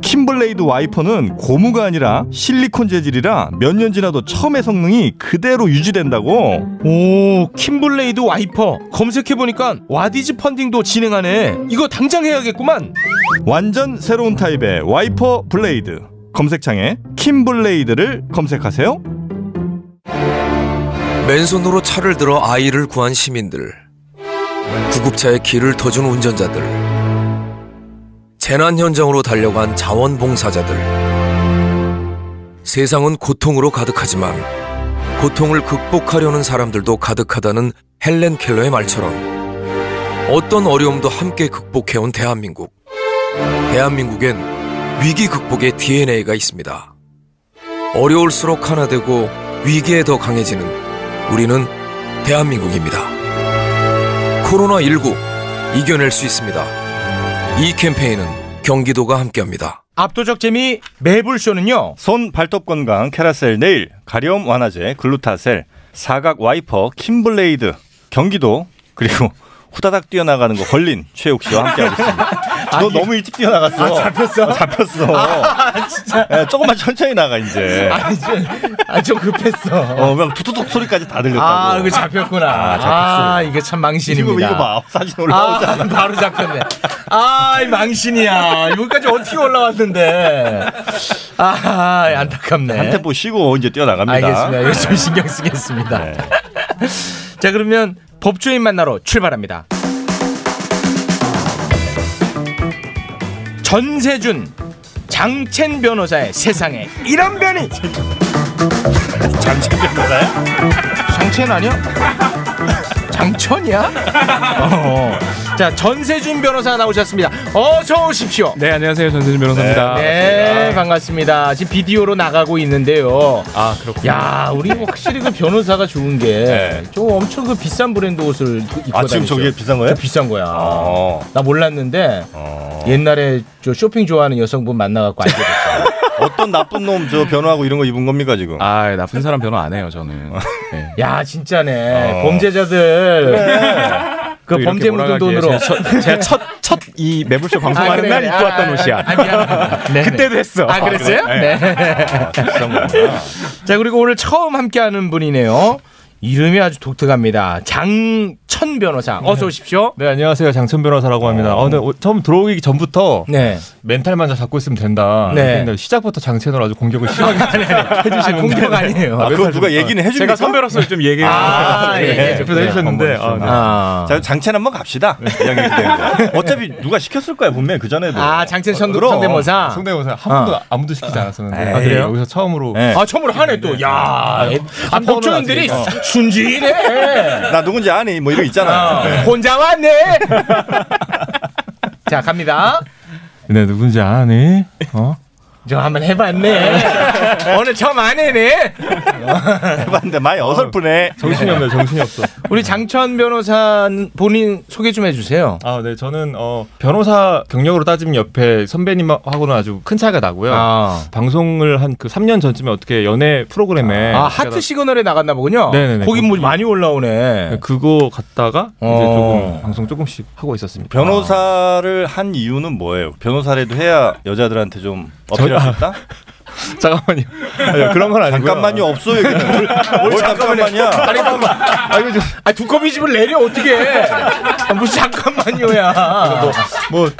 D: 킴블레이드 와이퍼는 고무가 아니라 실리콘 재질이라 몇 년 지나도 처음의 성능이 그대로 유지된다고
E: 오, 킴블레이드 와이퍼. 검색해보니까 와디즈 펀딩도 진행하네. 이거 당장 해야겠구만.
D: 완전 새로운 타입의 와이퍼 블레이드 검색창에 킴블레이드를 검색하세요
L: 맨손으로 차를 들어 아이를 구한 시민들, 구급차에 길을 터준 운전자들, 재난 현장으로 달려간 자원봉사자들. 세상은 고통으로 가득하지만 고통을 극복하려는 사람들도 가득하다는 헬렌 켈러의 말처럼 어떤 어려움도 함께 극복해온 대한민국. 대한민국엔 위기 극복의 DNA가 있습니다. 어려울수록 하나 되고 위기에 더 강해지는 우리는 대한민국입니다. 코로나19 이겨낼 수 있습니다. 이 캠페인은 경기도가 함께합니다.
E: 압도적 재미 매불쇼는요.
D: 손 발톱 건강 캐라셀 네일 가려움 완화제 글루타셀 사각 와이퍼 킴블레이드 경기도 그리고 후다닥 뛰어나가는 거 걸린 최욱 씨와 함께하고 있습니다. 너 너무 일찍 뛰어나갔어.
E: 아, 잡혔어?
D: 어, 잡혔어. 야, 조금만 천천히 나가
E: 네.
D: 이제.
E: 아, 좀 급했어.
D: 어, 그냥 두두둑 소리까지 다 들렸다고.
E: 아, 이거 잡혔구나.
D: 아, 잡혔어.
E: 아, 이게 참 망신입니다.
D: 이거 봐. 사진 올라오잖아.
E: 아, 바로 잡혔네. 아, 이 망신이야. 여기까지 어떻게 올라왔는데. 아, 안타깝네.
D: 한 템포 쉬고 이제 뛰어나갑니다.
E: 네, 알겠습니다. 이거 좀 신경 쓰겠습니다. 자, 그러면 법조인 만나러 출발합니다. 전세준 장첸 변호사의 세상에 이런 변이
D: 장첸 변호사야?
E: 장첸 아니야? 장천이야? 어. 자 전세준 변호사 나오셨습니다. 어서 오십시오.
M: 네 안녕하세요 전세준 변호사입니다.
E: 네 반갑습니다. 지금 비디오로 나가고 있는데요.
M: 아 그렇군요.
E: 야 우리 확실히 그 변호사가 좋은
M: 네.
E: 게 좀 엄청 그 비싼 브랜드 옷을 그 입고
D: 아, 지금
E: 다니죠.
D: 저게 비싼 거예요? 어,
E: 저 비싼 거야.
M: 아.
E: 나 몰랐는데
M: 어.
E: 옛날에 저 쇼핑 좋아하는 여성분 만나갖고 알게 됐어.
D: 어떤 나쁜 놈 저 변호하고 이런 거 입은 겁니까 지금?
M: 아 나쁜 사람 변호 안 해요 저는.
E: 야 진짜네
M: 어.
E: 범죄자들 그
M: 또 이렇게
E: 범죄 묻은
M: 몰아가기에
E: 돈으로
M: 제가 첫 첫 이 매불쇼 방송하는
E: 아,
M: 날
E: 그래,
M: 입고
E: 그래.
M: 왔던
E: 아,
M: 옷이야.
E: 아, 미안합니다. 네네.
M: 그때도 했어.
E: 아 그랬어요?
M: 아,
E: 네.
M: 그래요?
E: 자 그리고 오늘 처음 함께하는 분이네요. 이름이 아주 독특합니다. 장천 변호사 어서 오십시오.
N: 네 안녕하세요 장천 변호사라고 합니다. 어, 근데 오- 처음 들어오기 전부터
M: 네.
N: 멘탈만 잘 잡고 있으면 된다.
E: 네.
N: 근데 시작부터 장채널 아주 공격을 심하게 해주시는
E: 아, 공격 아니에요. 아, 그거 누가 얘기는 해줍니까? 제가 선배로서 좀 얘기해 아, 주세요. 예, 예.
N: 옆에서 해주셨는데 아, 네.
D: 자 장첸 한번 갑시다. 이왕이기 때문에. 어차피 누가 시켰을 거야 분명 그 전에도.
E: 아 장첸 선
D: 그럼.
E: 성대모사.
N: 어, 성대모사 한 번도 아, 아무도 시키지 않았었는데
D: 에이.
N: 아, 그래요? 여기서 처음으로
E: 아 처음으로 하네 또. 야. 아 법조인들이
N: 어.
E: 순진해.
D: 나 누군지 아니 뭐 이런 거 있잖아.
E: 어, 혼자 왔네. 자 갑니다.
N: 네 누군지 아니? 어?
E: 저 한번 해봤네. 오늘 처음 안 해네.
D: 해봤는데 많이 어설프네.
N: 정신이 없네 정신이 없어.
E: 우리 장천 변호사 본인 소개 좀 해주세요.
N: 아, 네, 저는 어, 변호사 경력으로 따지면 옆에 선배님하고는 아주 큰 차이가 나고요. 방송을 한 그 3년 전쯤에 어떻게 연애 프로그램에
E: 아 하트 시그널에 나갔나 보군요.
N: 네네네.
E: 거기 뭐 많이 올라오네.
N: 그거 갔다가 이제
E: 어.
N: 조금 방송 조금씩 하고 있었습니다.
D: 변호사를 한 이유는 뭐예요? 변호사라도 해야 여자들한테 좀 어필할 수 있다?
N: 잠깐만요. 아니요, 그런 건 아니고요.
D: 잠깐만요 없어요. 이게. 뭘, 뭘 잠깐만이야?
E: 아니 잠깐만.
N: 아 이거 좀.
E: 아 두꺼비 집을 내려 어떻게? 아, 뭐 잠깐만요야.
N: 뭐, 뭐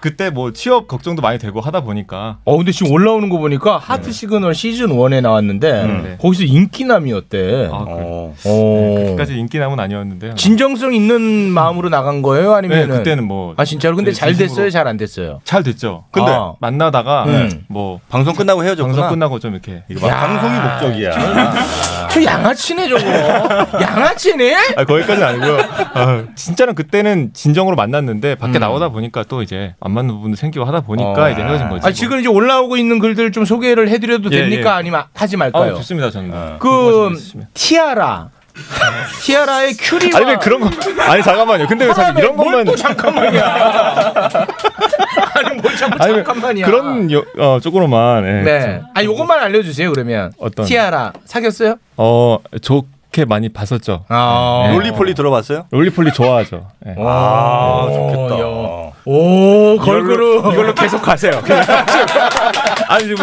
N: 그때 뭐 취업 걱정도 많이 되고 하다 보니까
E: 어 근데 지금 올라오는 거 보니까 하트 시그널 시즌 1에 나왔는데
N: 네.
E: 거기서 인기남이었대.
N: 어.
E: 어.
N: 그때까지 인기남은 아니었는데요.
E: 진정성 있는 마음으로 나간 거예요? 아니면
N: 네, 그때는 뭐-
E: 아 진짜로 근데
N: 네,
E: 잘
N: 진심으로.
E: 됐어요? 잘 안 됐어요?
N: 잘 됐죠.
E: 근데
N: 아, 만나다가
E: 음.
N: 뭐
D: 방송 끝나고 헤어졌구나.
N: 방송 끝나고 좀 이렇게
E: 야. 방송이
D: 목적이야.
E: 저 양아치네 저거. 양아치네?
N: 아, 거기까지는 아니고요. 아, 진짜는 그때는 진정으로 만났는데 밖에 나오다 보니까 또 이제 안 맞는 부분도 생기고 하다 보니까 이제 음. 헤어진 거지.
E: 아 지금 이제 올라오고 있는 글들 좀 소개를 해드려도
N: 그렇죠. 예,
E: 됩니까?
N: 예.
E: 아니면 하지 말까요?
N: 아, 좋습니다, 저는.
E: 그 티아라. 티아라의 큐리와
N: 아니 왜 그런 거? 아니 잠깐만요. 근데 왜 자꾸 이런 것만? 또
E: 잠깐만이야.
N: 아니 왜
E: 잠깐만이야.
N: 그런 여, 어, 쪽으로만. 예,
E: 네.
N: 좀,
E: 아 요것만 알려주세요 그러면.
N: 어떤?
E: 티아라 사귀었어요?
N: 어 좋게 많이 봤었죠. 네.
E: 아.
D: 어. 롤리폴리 들어봤어요?
N: 롤리폴리 좋아하죠. 예.
D: 아 좋겠다.
E: 오
M: 걸그룹 이걸로 계속 가세요.
N: 아니 이거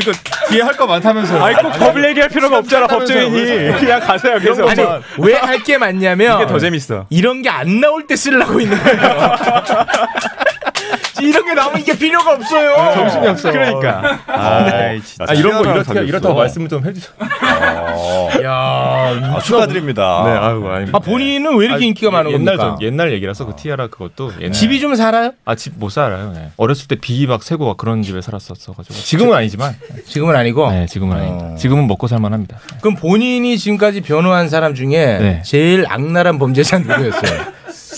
N: 뒤에 할 거 많다면서요.
M: 아니 꼭 법을 얘기할 필요가 없잖아 법조인이. 그냥 가세요. 계속.
E: 아니 왜 할 게 많냐면
M: 이게 더 재밌어.
E: 이런 게 안 나올 때 쓰려고 있는 거예요. 이런 게 나오면 이게 필요가 없어요.
N: 아, 정신이 없어.
E: 그러니까.
N: 아,
E: 아이,
N: 진짜. 아, 이런 거
E: 티아라랑
N: 이렇다,
E: 사귀었어.
N: 이렇다고 아. 말씀을 좀 해주세요.
E: 야,
N: 아,
D: 축하드립니다.
N: 네, 아유, 아닙니다.
E: 아, 본인은 왜 이렇게 인기가 많은
N: 옛날
E: 겁니까?
N: 전- 옛날 얘기라서 그 티아라 그것도 옛날.
E: 집이 좀 살아요?
N: 아, 집 못 살아요. 네. 어렸을 때 비 막 세고 막 그런 집에 살았었어가지고. 지금은 아니지만.
E: 지금은 아니고.
N: 네, 지금은 아닙니다. 지금은 먹고 살만합니다.
E: 그럼 본인이 지금까지 변호한 사람 중에
N: 네.
E: 제일 악랄한 범죄자는 누구였어요?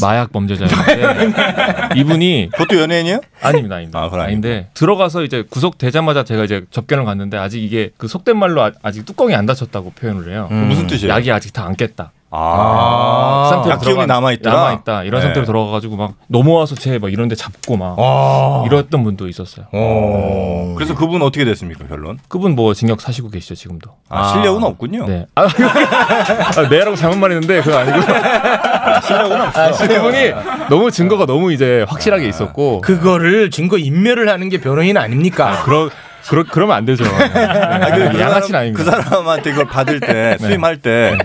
N: 마약 범죄자인데 이분이
D: 그것도 연예인이에요?
N: 아닙니다, 아닙니다. 아, 닌데 들어가서 이제 구속 되자마자 제가 이제 접견을 갔는데 아직 이게 그 속된 말로 아, 직 뚜껑이 안 닫혔다고 표현을 해요.
D: 무슨 뜻이에요?
N: 약이 아직 다 안 깼다.
D: 아,
N: 상태로
D: 약기운이
N: 들어간-
D: 남아있더라?
N: 남아있다 이런
D: 네.
N: 상태로 들어가가지고 막 넘어와서 쟤 막 이런데 잡고 막
D: 아.
N: 이랬던 분도 있었어요.
D: 그래서 그분 어떻게 됐습니까 결론?
N: 그분 뭐 징역 사시고 계시죠 지금도.
D: 아, 실력은 없군요.
N: 네. 아, 아, 네라고 잘못 말했는데 그거 아니고.
D: 실력은
N: 아, 그분이 너무 증거가 너무 이제 확실하게 있었고
D: 아,
E: 그거를 증거 인멸을 하는 게 변호인 아닙니까?
N: 그러 그러 그러면 안 되죠. 네. 양아치는 아닙니다.
D: 아, 그 사람한테 이걸 받을 때
N: 네.
D: 수임할 때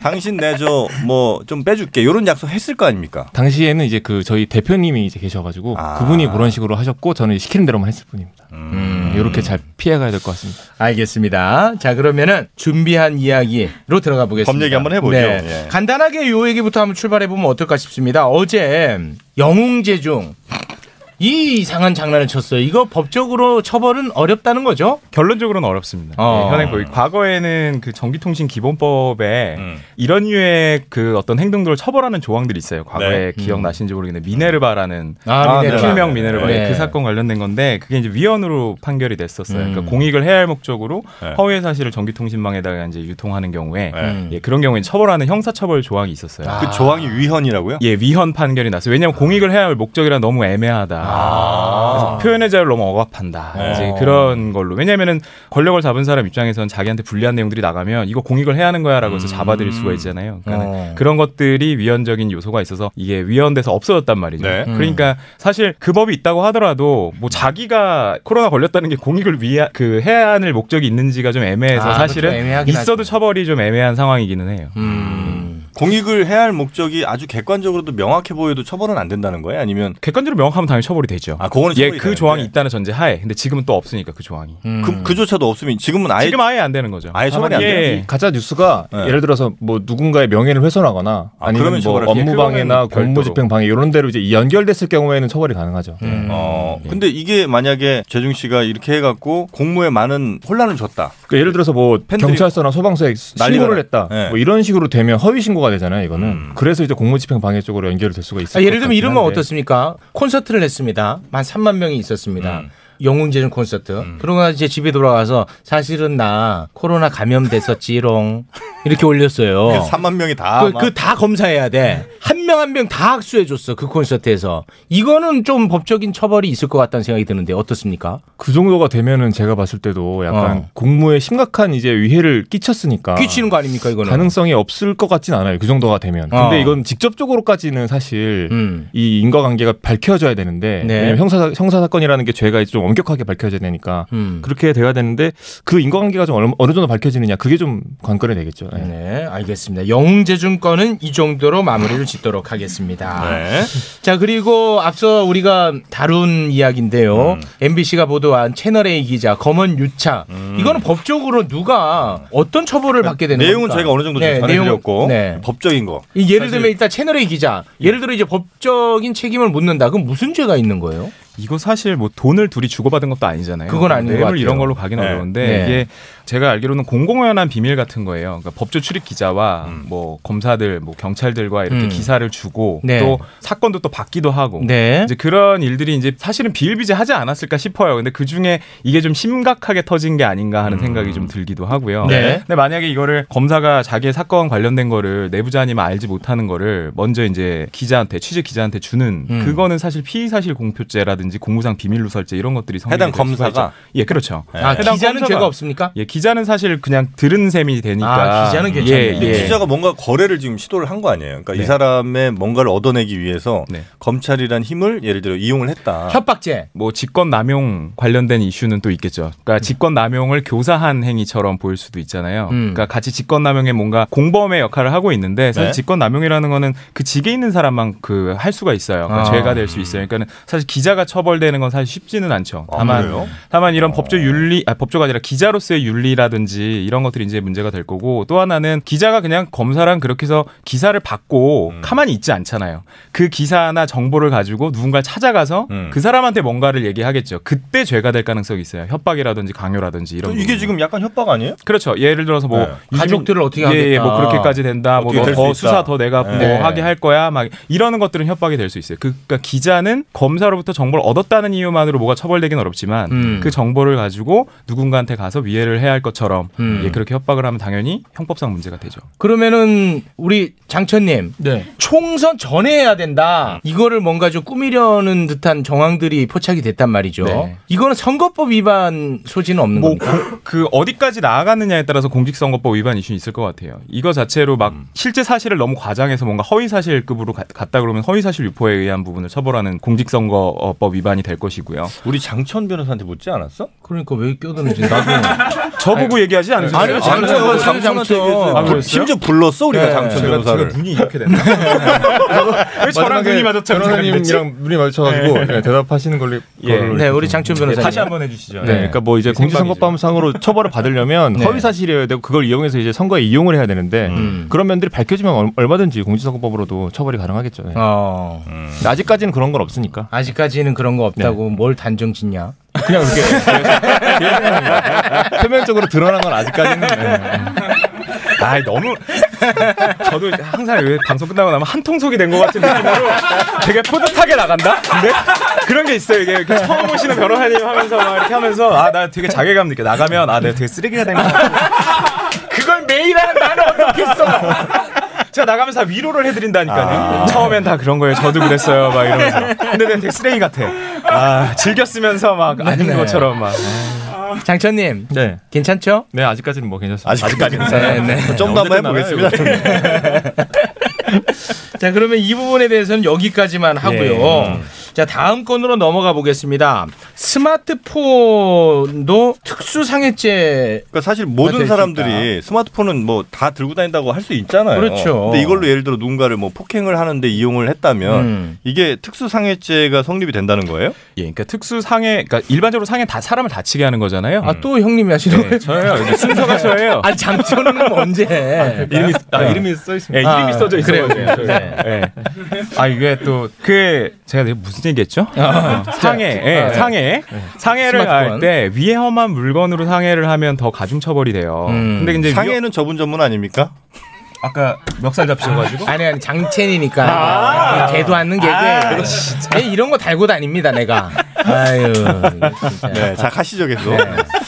D: 당신 내줘 뭐 좀 빼줄게 이런 약속 했을 거 아닙니까?
N: 당시에는 이제 그 저희 대표님이 이제 계셔가지고
D: 아.
N: 그분이 그런 식으로 하셨고 저는 시키는 대로만 했을 뿐입니다.
D: 음.
N: 네, 이렇게 잘 피해가야 될 것 같습니다.
E: 알겠습니다. 자 그러면은 준비한 이야기로 들어가 보겠습니다. 네.
D: 법 얘기 한번 해보죠. 예.
E: 간단하게 요 얘기부터 한번 출발해 보면 어떨까 싶습니다. 어제 영웅재중 이 이상한 장난을 쳤어요. 이거 법적으로 처벌은 어렵다는 거죠?
O: 결론적으로는 어렵습니다.
E: 어.
O: 예, 현행법이 과거에는 그 전기통신 기본법에
P: 음.
O: 이런 류의 그 어떤 행동들을 처벌하는 조항들이 있어요. 과거에
E: 네.
P: 음.
O: 기억나시는지 모르겠는데 미네르바라는
E: 아, 미네르바.
O: 필명 미네르바
E: 네.
O: 그 사건 관련된 건데 그게 이제 위헌으로 판결이 됐었어요.
E: 음.
O: 그러니까 공익을 해야 할 목적으로
E: 네.
O: 허위 사실을 전기통신망에다가 이제 유통하는 경우에
D: 네.
O: 예, 그런 경우에 처벌하는 형사처벌 조항이 있었어요.
D: 그 조항이 위헌이라고요?
O: 아.
D: 어,
O: 예, 위헌 판결이 났어요. 왜냐하면 공익을 해야 할 목적이라 너무 애매하다. 그래서 표현의 자유를 너무 억압한다.
D: 네.
O: 이제 그런 걸로. 왜냐면은 권력을 잡은 사람 입장에선 자기한테 불리한 내용들이 나가면 이거 공익을 해야 하는 거야라고
D: 음.
O: 해서 잡아들일 수가 있잖아요. 그러니까
E: 어.
O: 그런 것들이 위헌적인 요소가 있어서 이게 위헌돼서 없어졌단 말이죠.
E: 네.
O: 그러니까 사실 그 법이 있다고 하더라도 뭐 자기가 코로나 걸렸다는 게 공익을 위해 그 해야 할 목적이 있는지가 좀 애매해서
E: 아, 그것도
O: 사실은
E: 애매하긴
O: 있어도 처벌이 좀 애매한 상황이기는 해요.
D: 공익을 해야 할 목적이 아주 객관적으로도 명확해 보여도 처벌은 안 된다는 거예요? 아니면
O: 객관적으로 명확하면 당연히 처벌이 되죠.
D: 아, 그거는
O: 예,
D: 처벌이
O: 그
D: 되는데.
O: 조항이 있다는 전제 하에. 근데 지금은 또 없으니까 그 조항이.
D: 그, 그조차도 없으면 지금은 아예
O: 지금 아예 안 되는 거죠.
D: 아예 처벌이 안
O: 다만,
D: 돼요.
O: 예.
N: 가짜 뉴스가
D: 네.
N: 예를 들어서 뭐 누군가의 명예를 훼손하거나
D: 아,
N: 아, 니면
D: 그러면
N: 뭐
D: 처벌할 수 있-
N: 업무방해나
D: 그거는 별도로.
N: 공무집행 방해 이런 대로 이제 연결됐을 경우에는 처벌이 가능하죠. 음.
D: 어, 근데 이게 만약에 재중 씨가 이렇게 해갖고 공무에 많은 혼란을 줬다.
N: 그러니까 예를 들어서 뭐 경찰서나 소방서에
D: 난리가
N: 신고를
D: 나-
N: 했다.
D: 네. 음.
N: 뭐 이런 식으로 되면 허위 신고가 되잖아요. 이거는 그래서 이제 공무집행 방해 쪽으로 연결될 수가 있어요.
E: 아, 예를 들면 이런 건 어떻습니까? 콘서트를 했습니다. 만 3만 명이 있었습니다.
N: 음.
E: 영웅제중 콘서트. 그러고 이제 집에 돌아와서 사실은 나 코로나 감염됐었지롱 이렇게 올렸어요.
D: 그 3만 명이 다 막-
E: 그 다 검사해야 돼.
N: 네.
E: 한 명 한 명 다 학수해 줬어 그 콘서트에서. 이거는 좀 법적인 처벌이 있을 것 같다는 생각이 드는데 어떻습니까?
N: 그 정도가 되면은 제가 봤을 때도 약간
E: 어.
N: 공무에 심각한 이제 위해를 끼쳤으니까
E: 끼치는 거 아닙니까 이거는?
N: 가능성이 없을 것 같진 않아요. 그 정도가 되면.
E: 어. 음.
N: 근데 이건 직접적으로까지는 사실 이 인과관계가 밝혀져야 되는데
E: 네.
N: 왜냐면 형사 형사 사건이라는 게 죄가 좀 엄격하게 밝혀져야 되니까
E: 음.
N: 그렇게 돼야 되는데 그 인과관계가 좀 어느, 어느 정도 밝혀지느냐 그게 좀 관건이 되겠죠. 예.
E: 네, 알겠습니다. 영웅재중 건은 이 정도로 마무리를 짓도록 하겠습니다.
N: 네.
E: 자, 그리고 앞서 우리가 다룬 이야기인데요.
O: 음.
E: MBC가 보도한 채널A 기자 검언 유착.
O: 음.
E: 이거는 법적으로 누가 어떤 처벌을 받게 되는
D: 내용은
E: 겁니까?
D: 저희가 어느 정도
E: 네,
D: 좀 전해드렸고
E: 내용은- 네.
D: 법적인 거.
E: 이 예를
D: 사실-
E: 들면 일단 채널A 기자. 예를 들어 이제 법적인 책임을 묻는다. 그럼 무슨 죄가 있는 거예요?
O: 이거 사실 뭐 돈을 둘이 주고받은 것도 아니잖아요.
E: 그건 아닌
O: 뇌물
E: 것 같아요.
O: 이런 걸로 가긴
E: 네.
O: 어려운데
E: 네.
O: 이게 제가 알기로는 공공연한 비밀 같은 거예요. 그러니까 법조 출입 기자와 뭐 검사들, 뭐 경찰들과 이렇게
E: 음.
O: 기사를 주고
E: 네.
O: 또 사건도 또 받기도 하고
E: 네.
O: 이제 그런 일들이 이제 사실은 비일비재하지 않았을까 싶어요. 근데 그 중에 이게 좀 심각하게 터진 게 아닌가 하는 생각이 좀 들기도 하고요.
E: 음. 네.
O: 근데 만약에 이거를 검사가 자기의 사건 관련된 거를 내부자님은 알지 못하는 거를 먼저 이제 기자한테 취재 기자한테 주는
E: 음.
O: 그거는 사실 피의 사실 공표죄라든지 공무상 비밀누설죄 이런 것들이 성립이
E: 해당
O: 될 수가
E: 검사가?
O: 있죠. 예 그렇죠.
E: 아,
D: 네.
O: 해당
E: 기자는
O: 검사가-
E: 죄가 없습니까?
O: 예 기자는 사실 그냥 들은 셈이 되니까 예,
D: 아, 기자는
O: 괜찮네.
N: 예.
D: 근데 기자가 뭔가 거래를 지금 시도를 한 거 아니에요. 그러니까 이 사람의 뭔가를 얻어내기 위해서 검찰이란 힘을 예를 들어 이용을 했다.
E: 협박죄.
O: 뭐 직권 남용 관련된 이슈는 또 있겠죠. 그러니까 직권 남용을 교사한 행위처럼 보일 수도 있잖아요.
E: 음.
O: 그러니까 같이 직권 남용에 뭔가 공범의 역할을 하고 있는데 사실
E: 네.
O: 직권 남용이라는 거는 그 직에 있는 사람만 그 할 수가 있어요. 그러니까
E: 아.
O: 죄가 될 수 있어요. 그러니까는 사실 기자가 처벌되는 건 사실 쉽지는 않죠.
E: 아,
O: 다만
E: 그래요?
O: 다만
D: 어.
O: 이런 법조 윤리 아 법조가 아니라 기자로서의 윤리라든지 이런 것들이 이제 문제가 될 거고 또 하나는 기자가 그냥 검사랑 그렇게 해서 기사를 받고
D: 음.
O: 가만히 있지 않잖아요. 그 기사나 정보를 가지고 누군가를 찾아가서
D: 음.
O: 그 사람한테 뭔가를 얘기하겠죠. 그때 죄가 될 가능성이 있어요. 협박이라든지 강요라든지 이런
D: 이게 지금 약간 협박 아니에요?
O: 그렇죠. 예를 들어서 뭐
D: 네. 가족들을 어떻게
O: 예, 예, 뭐
D: 하겠다.
O: 그렇게까지 된다.
D: 어떻게 될수
O: 뭐더
D: 있다.
O: 수사 더 내가
D: 네.
O: 뭐 하게 할 거야. 막 이러는 것들은 협박이 될 수 있어요. 그, 그러니까 기자는 검사로부터 정보를
N: 얻었다는 이유만으로 뭐가 처벌되긴 어렵지만
E: 음.
N: 그 정보를 가지고 누군가한테 가서 위해를 해야 할 것처럼
E: 음.
N: 예, 그렇게 협박을 하면 당연히 형법상 문제가 되죠.
E: 그러면은 우리 장천님
N: 네.
E: 총선 전에 해야 된다. 이거를 뭔가 좀 꾸미려는 듯한 정황들이 포착이 됐단 말이죠.
N: 네.
E: 이거는 선거법 위반 소지는 없는 겁니까?
N: 그 어디까지 나아가느냐에 따라서 공직선거법 위반 이슈는 있을 것 같아요. 이거 자체로 막
D: 음.
N: 실제 사실을 너무 과장해서 뭔가 허위사실급으로 가- 갔다 그러면 허위사실 유포에 의한 부분을 처벌하는 공직선거법 위반이 될 것이고요.
D: 우리 장천 변호사한테 묻지 않았어?
E: 그러니까 왜 껴드는지 나도
N: 저보고 얘기하지 않으세요?
D: 아니요, 장천 변호사, 장천한테
N: 아,
D: 얘기했어요. 불- 아, 뭐 심지어 불렀어,
N: 네,
D: 우리가 장천
Q: 네, 제가-
D: 변호사를.
Q: 제가 눈이 이렇게 됐나?
E: 왜 저랑 눈이 마주쳐요?
Q: 변호사님이랑 눈이 마주쳐가지고
E: 네.
Q: 네, 대답하시는 걸로.
E: 예.
Q: 걸로
E: 네,
Q: 이렇게
E: 우리
Q: 좀-
E: 장춘 변호사님.
Q: 다시 한번 네, 그러니까 뭐 이제 공직선거법상으로 처벌을 받으려면
E: 네.
Q: 허위 사실이어야 되고 그걸 이용해서 이제 선거에 이용을 해야 되는데 그런 면들이 밝혀지면 얼- 얼마든지 공직선거법으로도 처벌이 가능하겠죠. 네.
E: 어.
Q: 근데 아직까지는 그런 건 없으니까.
E: 아직까지는 그런 거
N: 네.
E: 없다고 뭘 단정 짓냐?
Q: 그냥 이렇게 표면적으로 드러난 건 아직까지는. 네.
N: 아 너무 저도 항상 왜 방송 끝나고 나면 한통속이 된 것 같은 느낌으로 되게 뿌듯하게 나간다? 근데 그런 게 있어요. 이게 그 처음 오시는 변호사님 하면서 막 이렇게 하면서 아 나 되게 자괴감 느껴. 나가면 아 내가 되게 쓰레기가 된 것 같아. 그걸 매일 하는 나는 어떻겠어? 제가 나가면서 다 위로를 해드린다니까요. 처음엔 다 그런 거예요. 저도 그랬어요. 막 이러면서. 근데 내가 되게 쓰레기 같아. 아 즐겼으면서 막 아닌
E: 네.
N: 것처럼 막.
E: 장천님,
Q: 네.
E: 괜찮죠?
Q: 네, 아직까지는 뭐 괜찮습니다.
E: 아직까지는 네, 네.
D: 좀더 한번
E: 언제
D: 해보겠습니다. 네.
E: 자, 그러면 이 부분에 대해서는 여기까지만 하고요.
D: 예.
E: 자, 네. 다음 건으로 넘어가 보겠습니다. 스마트폰도 특수상해죄.
D: 그러니까 사실 모든 사람들이 스마트폰은 뭐 다 들고 다닌다고 할 수 있잖아요.
E: 그렇죠.
D: 근데 이걸로 예를 들어 누군가를 뭐 폭행을 하는데 이용을 했다면
N: 음.
D: 이게 특수상해죄가 성립이 된다는 거예요?
N: 예, 그러니까 특수 상해, 그러니까 일반적으로 상해 다 사람을 다치게 하는 거잖아요.
E: 아, 또 형님이 하시는 거예요?
N: 저예요. 이제 순서가 저예요.
E: 아니, 장천은 언제 해?
N: 이름이
E: 네.
Q: 써
N: 예, 이름이
E: 아,
N: 써져 있어요.
E: 그래요.
N: 예, 예. 아 이게 또 그 제가 내가 무슨 얘기했죠?
E: 아,
N: 어, 상해,
E: 자,
N: 예,
E: 아, 네.
N: 상해,
E: 네.
N: 상해를
E: 스마트폰.
N: 할 때 위험한 물건으로 상해를 하면 더 가중 처벌이 돼요. 근데 이제
D: 상해는 저분 전문 아닙니까?
N: 음. 아까 멱살 잡히셔가지고
E: 네. 아니 아니 장첸이니까 개도 않는 개그 아, 이런 거 달고 다닙니다 내가 아유
D: 네, 자 가시죠 계속.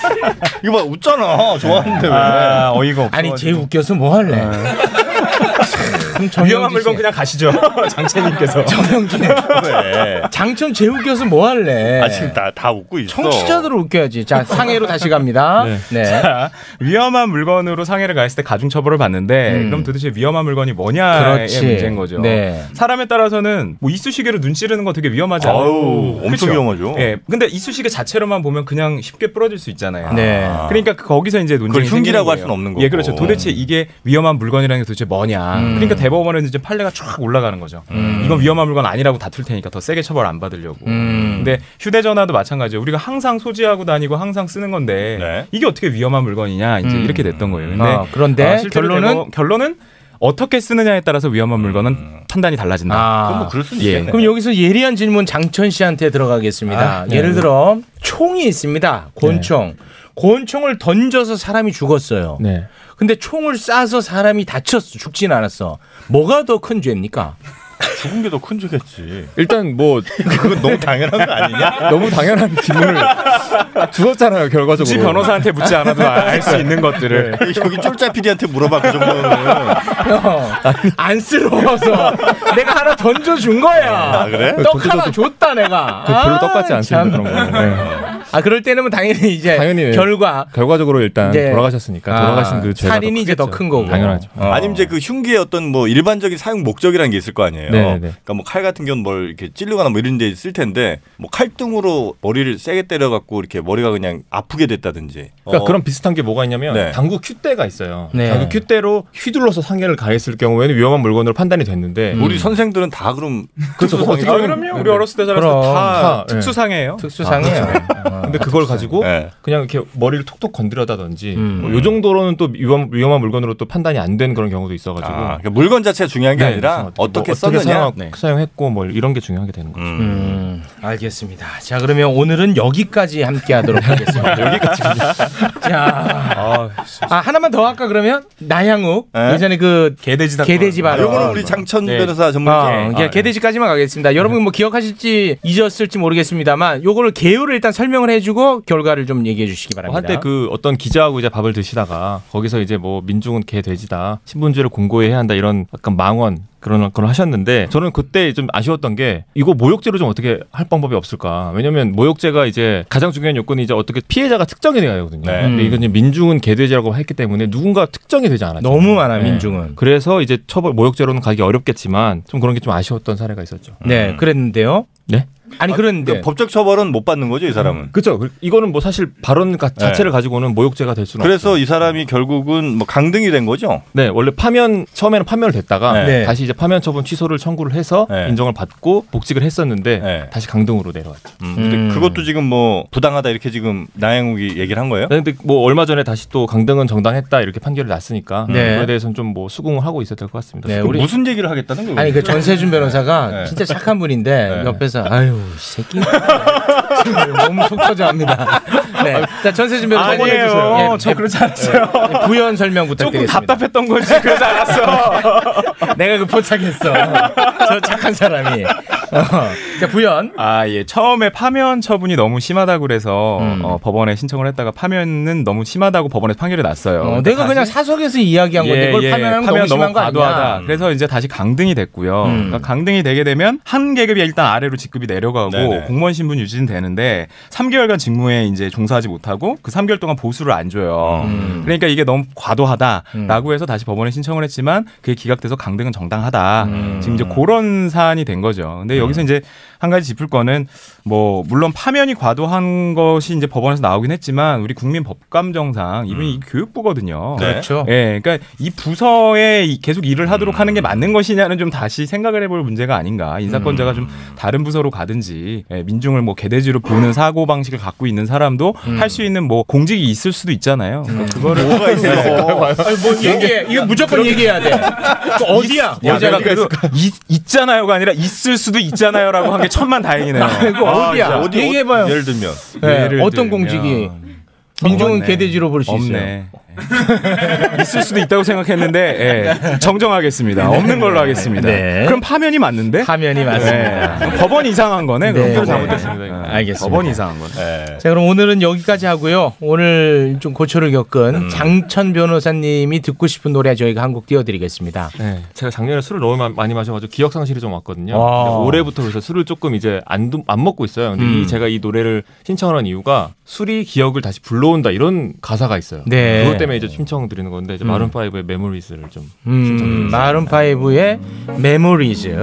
D: 이거 봐 웃잖아. 좋아하는데 왜?
E: 아,
N: 어이가 없어.
E: 아니 쟤 웃겨서 뭐 할래
N: 네. 위험한 물건 그냥 가시죠, 장채님께서.
E: 정영진의
D: 왜?
E: 장천 쟤 웃겨서 뭐 할래
D: 아 지금 다, 다 웃고 있어.
E: 청취자들 웃겨야지 자 상해로 다시 갑니다 네,
N: 자, 위험한 물건으로 상해를 가했을 때 가중 처벌을 받는데
E: 음.
N: 그럼 도대체 위험한 물건이 뭐냐의
E: 그렇지.
N: 문제인 거죠.
E: 네.
N: 사람에 따라서는 뭐 이쑤시개로 눈 찌르는 거 되게 위험하지 않아요?
D: 아우, 엄청
N: 그쵸?
D: 위험하죠.
N: 예. 근데 이쑤시개 자체로만 보면 그냥 쉽게 부러질 수 있잖아요.
E: 네.
N: 그러니까 그- 거기서 이제
D: 그걸
N: 논쟁이
D: 흉기라고
N: 생기는
D: 할
N: 거예요.
D: 수는 없는 거고.
N: 예, 그렇죠. 도대체 이게 위험한 물건이라는 게 도대체 뭐냐.
E: 음.
N: 그러니까 대법원에는 이제 판례가 쫙 올라가는 거죠.
E: 음.
N: 이건 위험한 물건 아니라고 다툴 테니까 더 세게 처벌 안 받으려고.
E: 음.
N: 근데 휴대전화도 마찬가지예요. 우리가 항상 소지하고 다니고 항상 쓰는 건데 이게 어떻게 위험한 물건이냐 이제
E: 음.
N: 이렇게 됐던 거예요. 근데
E: 아, 그런데
N: 실제로
E: 결론은?
N: 대법- 결론은 어떻게 쓰느냐에 따라서 위험한 물건은 판단이 달라진다.
E: 아,
D: 뭐
Q: 뭐
N: 예.
E: 그럼 여기서 예리한 질문 장천 씨한테 들어가겠습니다.
N: 아, 네.
E: 예를 들어 총이 있습니다. 권총. 권총을 던져서 사람이 죽었어요.
Q: 네.
E: 근데 총을 쏴서 사람이 다쳤어. 죽진 않았어. 뭐가 더 큰 죄입니까?
D: 죽은 게 더 큰 죄겠지.
Q: 일단 뭐
D: 그건 너무 당연한 거 아니냐?
Q: 너무 당연한 질문을 주었잖아요 결과적으로. 네.
N: 굳이 변호사한테 묻지 않아도 알 수 있는 것들을.
D: 여기 쫄자 PD한테 물어봐 그 정도는.
E: 형, 안쓰러워서 내가 하나 던져준 거야.
Q: 아,
D: 그래?
E: 떡
D: 던져줘도-
E: 하나 줬다 내가.
Q: 그 별로
E: 아,
Q: 똑같지 않습니다
E: 참.
Q: 그런 거. 네.
E: 아 그럴 때는 뭐 당연히 이제
Q: 당연히
E: 결과
Q: 결과적으로 일단
E: 이제-
Q: 돌아가셨으니까 돌아가신 그 죄가
E: 살인이 이제 더
Q: 크겠죠.
E: 큰
N: 뭐
E: 거고.
Q: 당연하죠.
N: 어.
D: 아니면 이제 그 흉기의 어떤 뭐 일반적인 사용 목적이라는 게 있을 거 아니에요.
Q: 네네네.
D: 그러니까 뭐 칼 같은 경우는 뭘 이렇게 찔르거나 뭐 이런 데 있을 텐데 뭐 칼등으로 머리를 세게 때려 갖고 이렇게 머리가 그냥 아프게 됐다든지.
Q: 그러니까
D: 어,
Q: 그런 비슷한 게 뭐가 있냐면
D: 네.
Q: 당구 큐대가 있어요.
D: 네.
Q: 당구 큐대로 휘둘러서 상해를 가했을 경우에는 위험한 물건으로 판단이 됐는데
D: 우리 선생들은 다 음. 그럼
Q: 그렇죠.
D: 특수상해-
Q: 어떻게 보면-
N: 그럼요. 아, 우리 어렸을 때 자랐을
Q: 그럼.
N: 때다
Q: 다, 예.
N: 특수상해예요.
E: 특수상해요. 어,
Q: 아, 그렇죠.
N: 근데 그걸 가지고
D: 네.
N: 그냥 이렇게 머리를 톡톡 건드려다든지
D: 음.
N: 뭐요 정도로는 또 위험 위험한 물건으로 또 판단이 안 되는 그런 경우도 있어가지고
D: 아, 그러니까 물건 자체가 중요한 게
N: 네,
D: 아니라
N: 그래서
D: 어떻게
N: 어떻게
D: 썼느냐.
N: 사용,
D: 네.
N: 사용했고 뭐 이런 게 중요하게 되는 거죠.
E: 음, 알겠습니다. 자, 그러면 오늘은 여기까지 함께 하도록 하겠습니다. 여기까지입니다. 자, 아, 하나만 더 할까, 그러면? 나향욱.
D: 네.
E: 예전에 그.
D: 개돼지 닭발.
E: 개돼지 발.
D: 아, 요거는 우리 장천 변호사 전문이죠.
E: 어,
D: 아, 네.
E: 그냥 개돼지까지만 가겠습니다. 여러분 뭐 기억하실지 잊었을지 모르겠습니다만, 요거를 개요를 일단 설명을 해주고 결과를 좀 얘기해 주시기 바랍니다.
N: 한때 그 어떤 기자하고 이제 밥을 드시다가 거기서 이제 뭐 민중은 개 돼지다 신분제를 공고해야 한다 이런 약간 망언 그런 걸 하셨는데 저는 그때 좀 아쉬웠던 게 이거 모욕죄로 좀 어떻게 할 방법이 없을까 왜냐면 모욕죄가 이제 가장 중요한 요건이 이제 어떻게 피해자가 특정이 돼야 되거든요
E: 네.
N: 근데 이건 이제 민중은 개 돼지라고 했기 때문에 누군가 특정이 되지 않았죠
E: 너무 많아, 민중은.
N: 그래서 이제 처벌 모욕죄로는 가기 어렵겠지만 좀 그런 게 좀 아쉬웠던 사례가 있었죠 음.
E: 네, 그랬는데요.
N: 네
E: 아니 그런데
D: 그러니까 법적 처벌은 못 받는 거죠, 이 사람은.
N: 그렇죠 이거는 뭐 사실 발언
E: 네.
N: 가- 자체를 가지고는 모욕죄가 될 수는
D: 그래서 이 사람이 결국은 뭐 강등이 된 거죠.
N: 네, 원래 파면 처음에는 파면을 됐다가
D: 네.
N: 다시 이제 파면 처분 취소를 청구를 해서
O: 네.
N: 인정을 받고 복직을 했었는데 다시 강등으로 내려왔죠.
D: 근데 그것도 지금 뭐 부당하다 이렇게 지금 나영욱이 얘기를 한 거예요?
N: 근데 뭐 얼마 전에 다시 또 강등은 정당했다 이렇게 판결이 났으니까
E: 네.
N: 그거에 대해서는 좀 뭐 수긍을 하고 있어야 될 것 같습니다.
O: 그
E: 네, 우리- 무슨
D: 얘기를 하겠다는 거예요?
E: 아니 그 전세준 변호사가
N: 네.
E: 진짜 착한 분인데 옆에서 아유 이 새끼 몸속 터져합니다. 네. 자 전세준 변호사 예,
M: 아니에요.
O: 어,
M: 저 그러지 않았어요.
E: 네, 부연 설명 부탁드리겠습니다. 조금 답답했던 거지 그러지 않았어. 내가 그 포착했어. 저 착한 사람이. 어. 자, 부연.
O: 아, 예. 처음에 파면 처분이 너무 심하다고 그래서
E: 음.
O: 어, 법원에 신청을 했다가 파면은 너무 심하다고 법원에서 판결이 났어요. 그러니까
E: 어, 내가 그냥 사석에서 이야기한
O: 예,
E: 건데 그걸 예. 파면하는 거 너무 심한 거 아니야?
O: 그래서 이제 다시 강등이 됐고요.
E: 음.
O: 그러니까 강등이 되게 되면 한 계급이 일단 아래로 직급이 내려가고
E: 네네.
O: 공무원 신분 유지는 되는데 3개월간 직무에 이제 종사하지 못하고 그 3개월 동안 보수를 안 줘요.
E: 음.
O: 그러니까 이게 너무 과도하다라고 해서 다시 법원에 신청을 했지만 그게 기각돼서 강등은 정당하다.
E: 음.
O: 지금 이제 그런 사안이 된 거죠.
E: 네.
O: 근데 여기서 이제 한 가지 짚을 거는 뭐 물론 파면이 과도한 것이 이제 법원에서 나오긴 했지만 우리 국민 법감정상 이분이 교육부거든요.
E: 음. 네. 그렇죠.
O: 예, 그러니까 이 부서에 이- 계속 일을 하도록 하는 게 맞는 것이냐는 좀 다시 생각을 해볼 문제가 아닌가. 인사권자가 좀
E: 음.
O: 다른 부서로 가든지 예, 민중을 뭐 개돼지로 보는 사고 방식을 갖고 있는 사람도
E: 음.
O: 할 수 있는 뭐 공직이 있을 수도 있잖아요. 그러니까 그거를
E: 뭐가 있어요? 아니, 뭐 얘기해. 이거 무조건 얘기해야 돼. 그 어디야?
O: 야,
E: 어디야?
O: 내가 그래도 있, 있잖아요가 아니라 있을 수도 있잖아요라고 한 게 천만 다행이네요.
E: 아, 이거 어디야? 얘기해봐요. 예를
D: 들면
E: 네, 어떤 공직이 민중은 개돼지로 볼 수 있어요.
O: 예. 있을 수도 있다고 생각했는데 예, 정정하겠습니다. 없는 걸로 하겠습니다.
E: 네.
O: 그럼 파면이 맞는데?
E: 파면이
N: 네.
E: 맞습니다. 아.
O: 법원 이상한 거네.
E: 네.
O: 그럼
E: 잘못됐습니다, 알겠습니다.
O: 법원 이상한 거네.
E: 자 그럼 오늘은 여기까지 하고요. 오늘 좀 고초를 겪은 장천 변호사님이 듣고 싶은 노래 저희가 한 곡 띄워드리겠습니다.
N: 네, 제가 작년에 술을 너무 마- 많이 마셔가지고 기억 상실이 좀 왔거든요.
E: 와.
N: 근데 올해부터 그래서 술을 조금 이제 안, 두- 안 먹고 있어요. 근데
E: 음.
N: 이 제가 이 노래를 신청을 한 이유가 술이 기억을 다시 불러온다 이런 가사가 있어요.
E: 네.
N: 그것 때문에 이제 신청 드리는 건데 이제
E: 음.
N: 마룬 파이브의 메모리스를 좀
E: 음, 마룬 파이브의 메모리즈.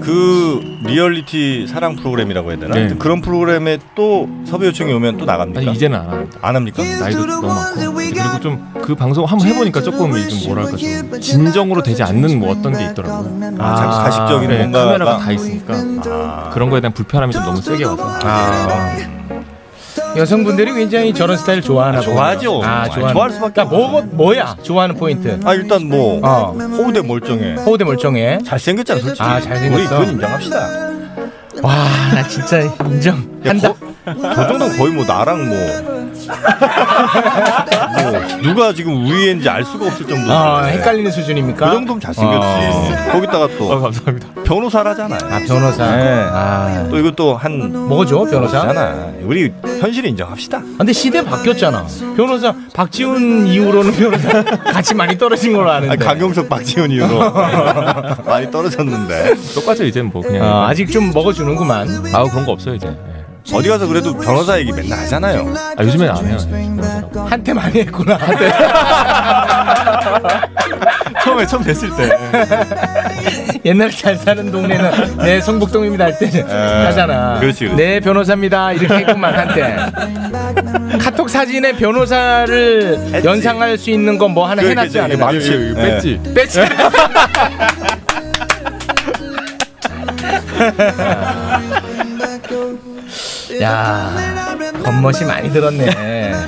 D: 그 리얼리티 사랑 프로그램이라고 해야 되나?
N: 네.
D: 하여튼 그런 프로그램에 또 섭외 요청이 오면 또 나갑니까?
N: 아니, 이제는 안 합니다.
D: 안 합니까?
N: 나이도 너무 많고 그리고 좀 그 방송 한번 해보니까 조금 이좀 뭐랄까 좀 진정으로 되지 않는 뭐 어떤 게 있더라고요.
D: 아, 자- 가식적인
N: 네,
D: 뭔가가-
N: 카메라가 다
D: 아,
N: 있으니까 그런 거에 대한 불편함이 좀 너무 세게 와서 아.
E: 아, 여성분들이 굉장히 저런 스타일 좋아하나
N: 아,
E: 보군요.
N: 좋아하죠.
E: 아,
N: 아니,
E: 좋아하는.
N: 좋아할
E: 수밖에. 뭐 뭐야? 좋아하는 포인트.
D: 아 일단 뭐
E: 어.
D: 호우대 멀쩡해.
E: 호우대 멀쩡해.
D: 잘생겼잖아 솔직히.
E: 아, 잘생겼어.
D: 우리 그건 네, 인정합시다.
E: 와, 나 진짜 인정. 한다.
D: 저 정도는 거의 뭐 나랑 뭐, 뭐 누가 지금 우위인지 알 수가 없을 정도로.
E: 아, 헷갈리는 수준입니까?
D: 그 정도면 잘생겼지. 거기다가 또
N: 감사합니다.
D: 변호사라잖아요.
E: 아 변호사.
D: 또 이거 또한
E: 뭐죠 변호사? 아,
D: 잖아 네. 우리 현실 인정합시다.
E: 근데 시대 바뀌었잖아. 변호사 박지훈 이후로는 변호사 같이 많이 떨어진 걸로 아는데.
D: 강용석 박지훈 이후로 네. 많이 떨어졌는데.
N: 똑같아 이제 뭐 그냥.
E: 아, 직좀 먹어주는구만.
N: 아 그런 거 없어요 이제.
D: 어디 가서 그래도 변호사 얘기 맨날 하잖아요.
N: 아 요즘엔 안 해요.
E: 아, 한때 많이 했구나.
N: 처음에 처음 됐을 때.
E: 옛날 잘 사는 동네는 내 성북동입니다 할 때는 하잖아.
D: 그렇지, 그렇지.
E: 네 변호사입니다 이렇게 했구만 한때. 카톡 사진에 변호사를 연상할 수 있는 건 뭐 하나
D: 그게
E: 해놨지
D: 이제
E: 않아요?
D: 망치. 여기, 여기, 여기
E: 네. 배지. 야 겉멋이 많이 들었네.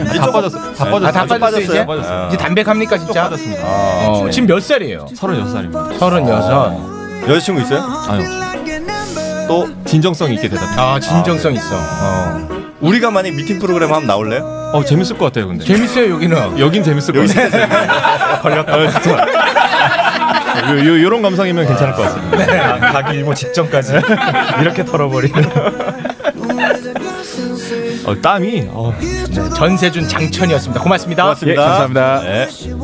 D: 이제 쪽 빠졌어. 다 빠졌어.
E: 아, 다
D: 쪽
E: 빠졌어요.
D: 빠졌어요? 아.
E: 이제? 아.
D: 빠졌어요.
E: 이제 담백합니까 진짜? 어, 지금 몇 살이에요?
N: 36살입니다.
E: 36.
D: 아, 여자친구 있어요?
N: 아유.
D: 또
N: 진정성 있게 대답해.
E: 아, 진정성 있어.
D: 우리가 만약 미팅 프로그램 하면 나올래요?
N: 어, 재밌을 것 같아요, 근데.
E: 재밌어요, 여기는.
N: 여긴 재밌을 것 같아요. 걸렸다. 진짜. 요, 요, 요런 감성이면 괜찮을 것 같습니다.
E: 네.
N: 아,
M: 가기 일보 직전까지 이렇게 털어버리는.
D: 어,
N: 네,
E: 땀이. 전세준 장천이었습니다. 고맙습니다.
D: 고맙습니다.
E: 예, 감사합니다.
D: 네.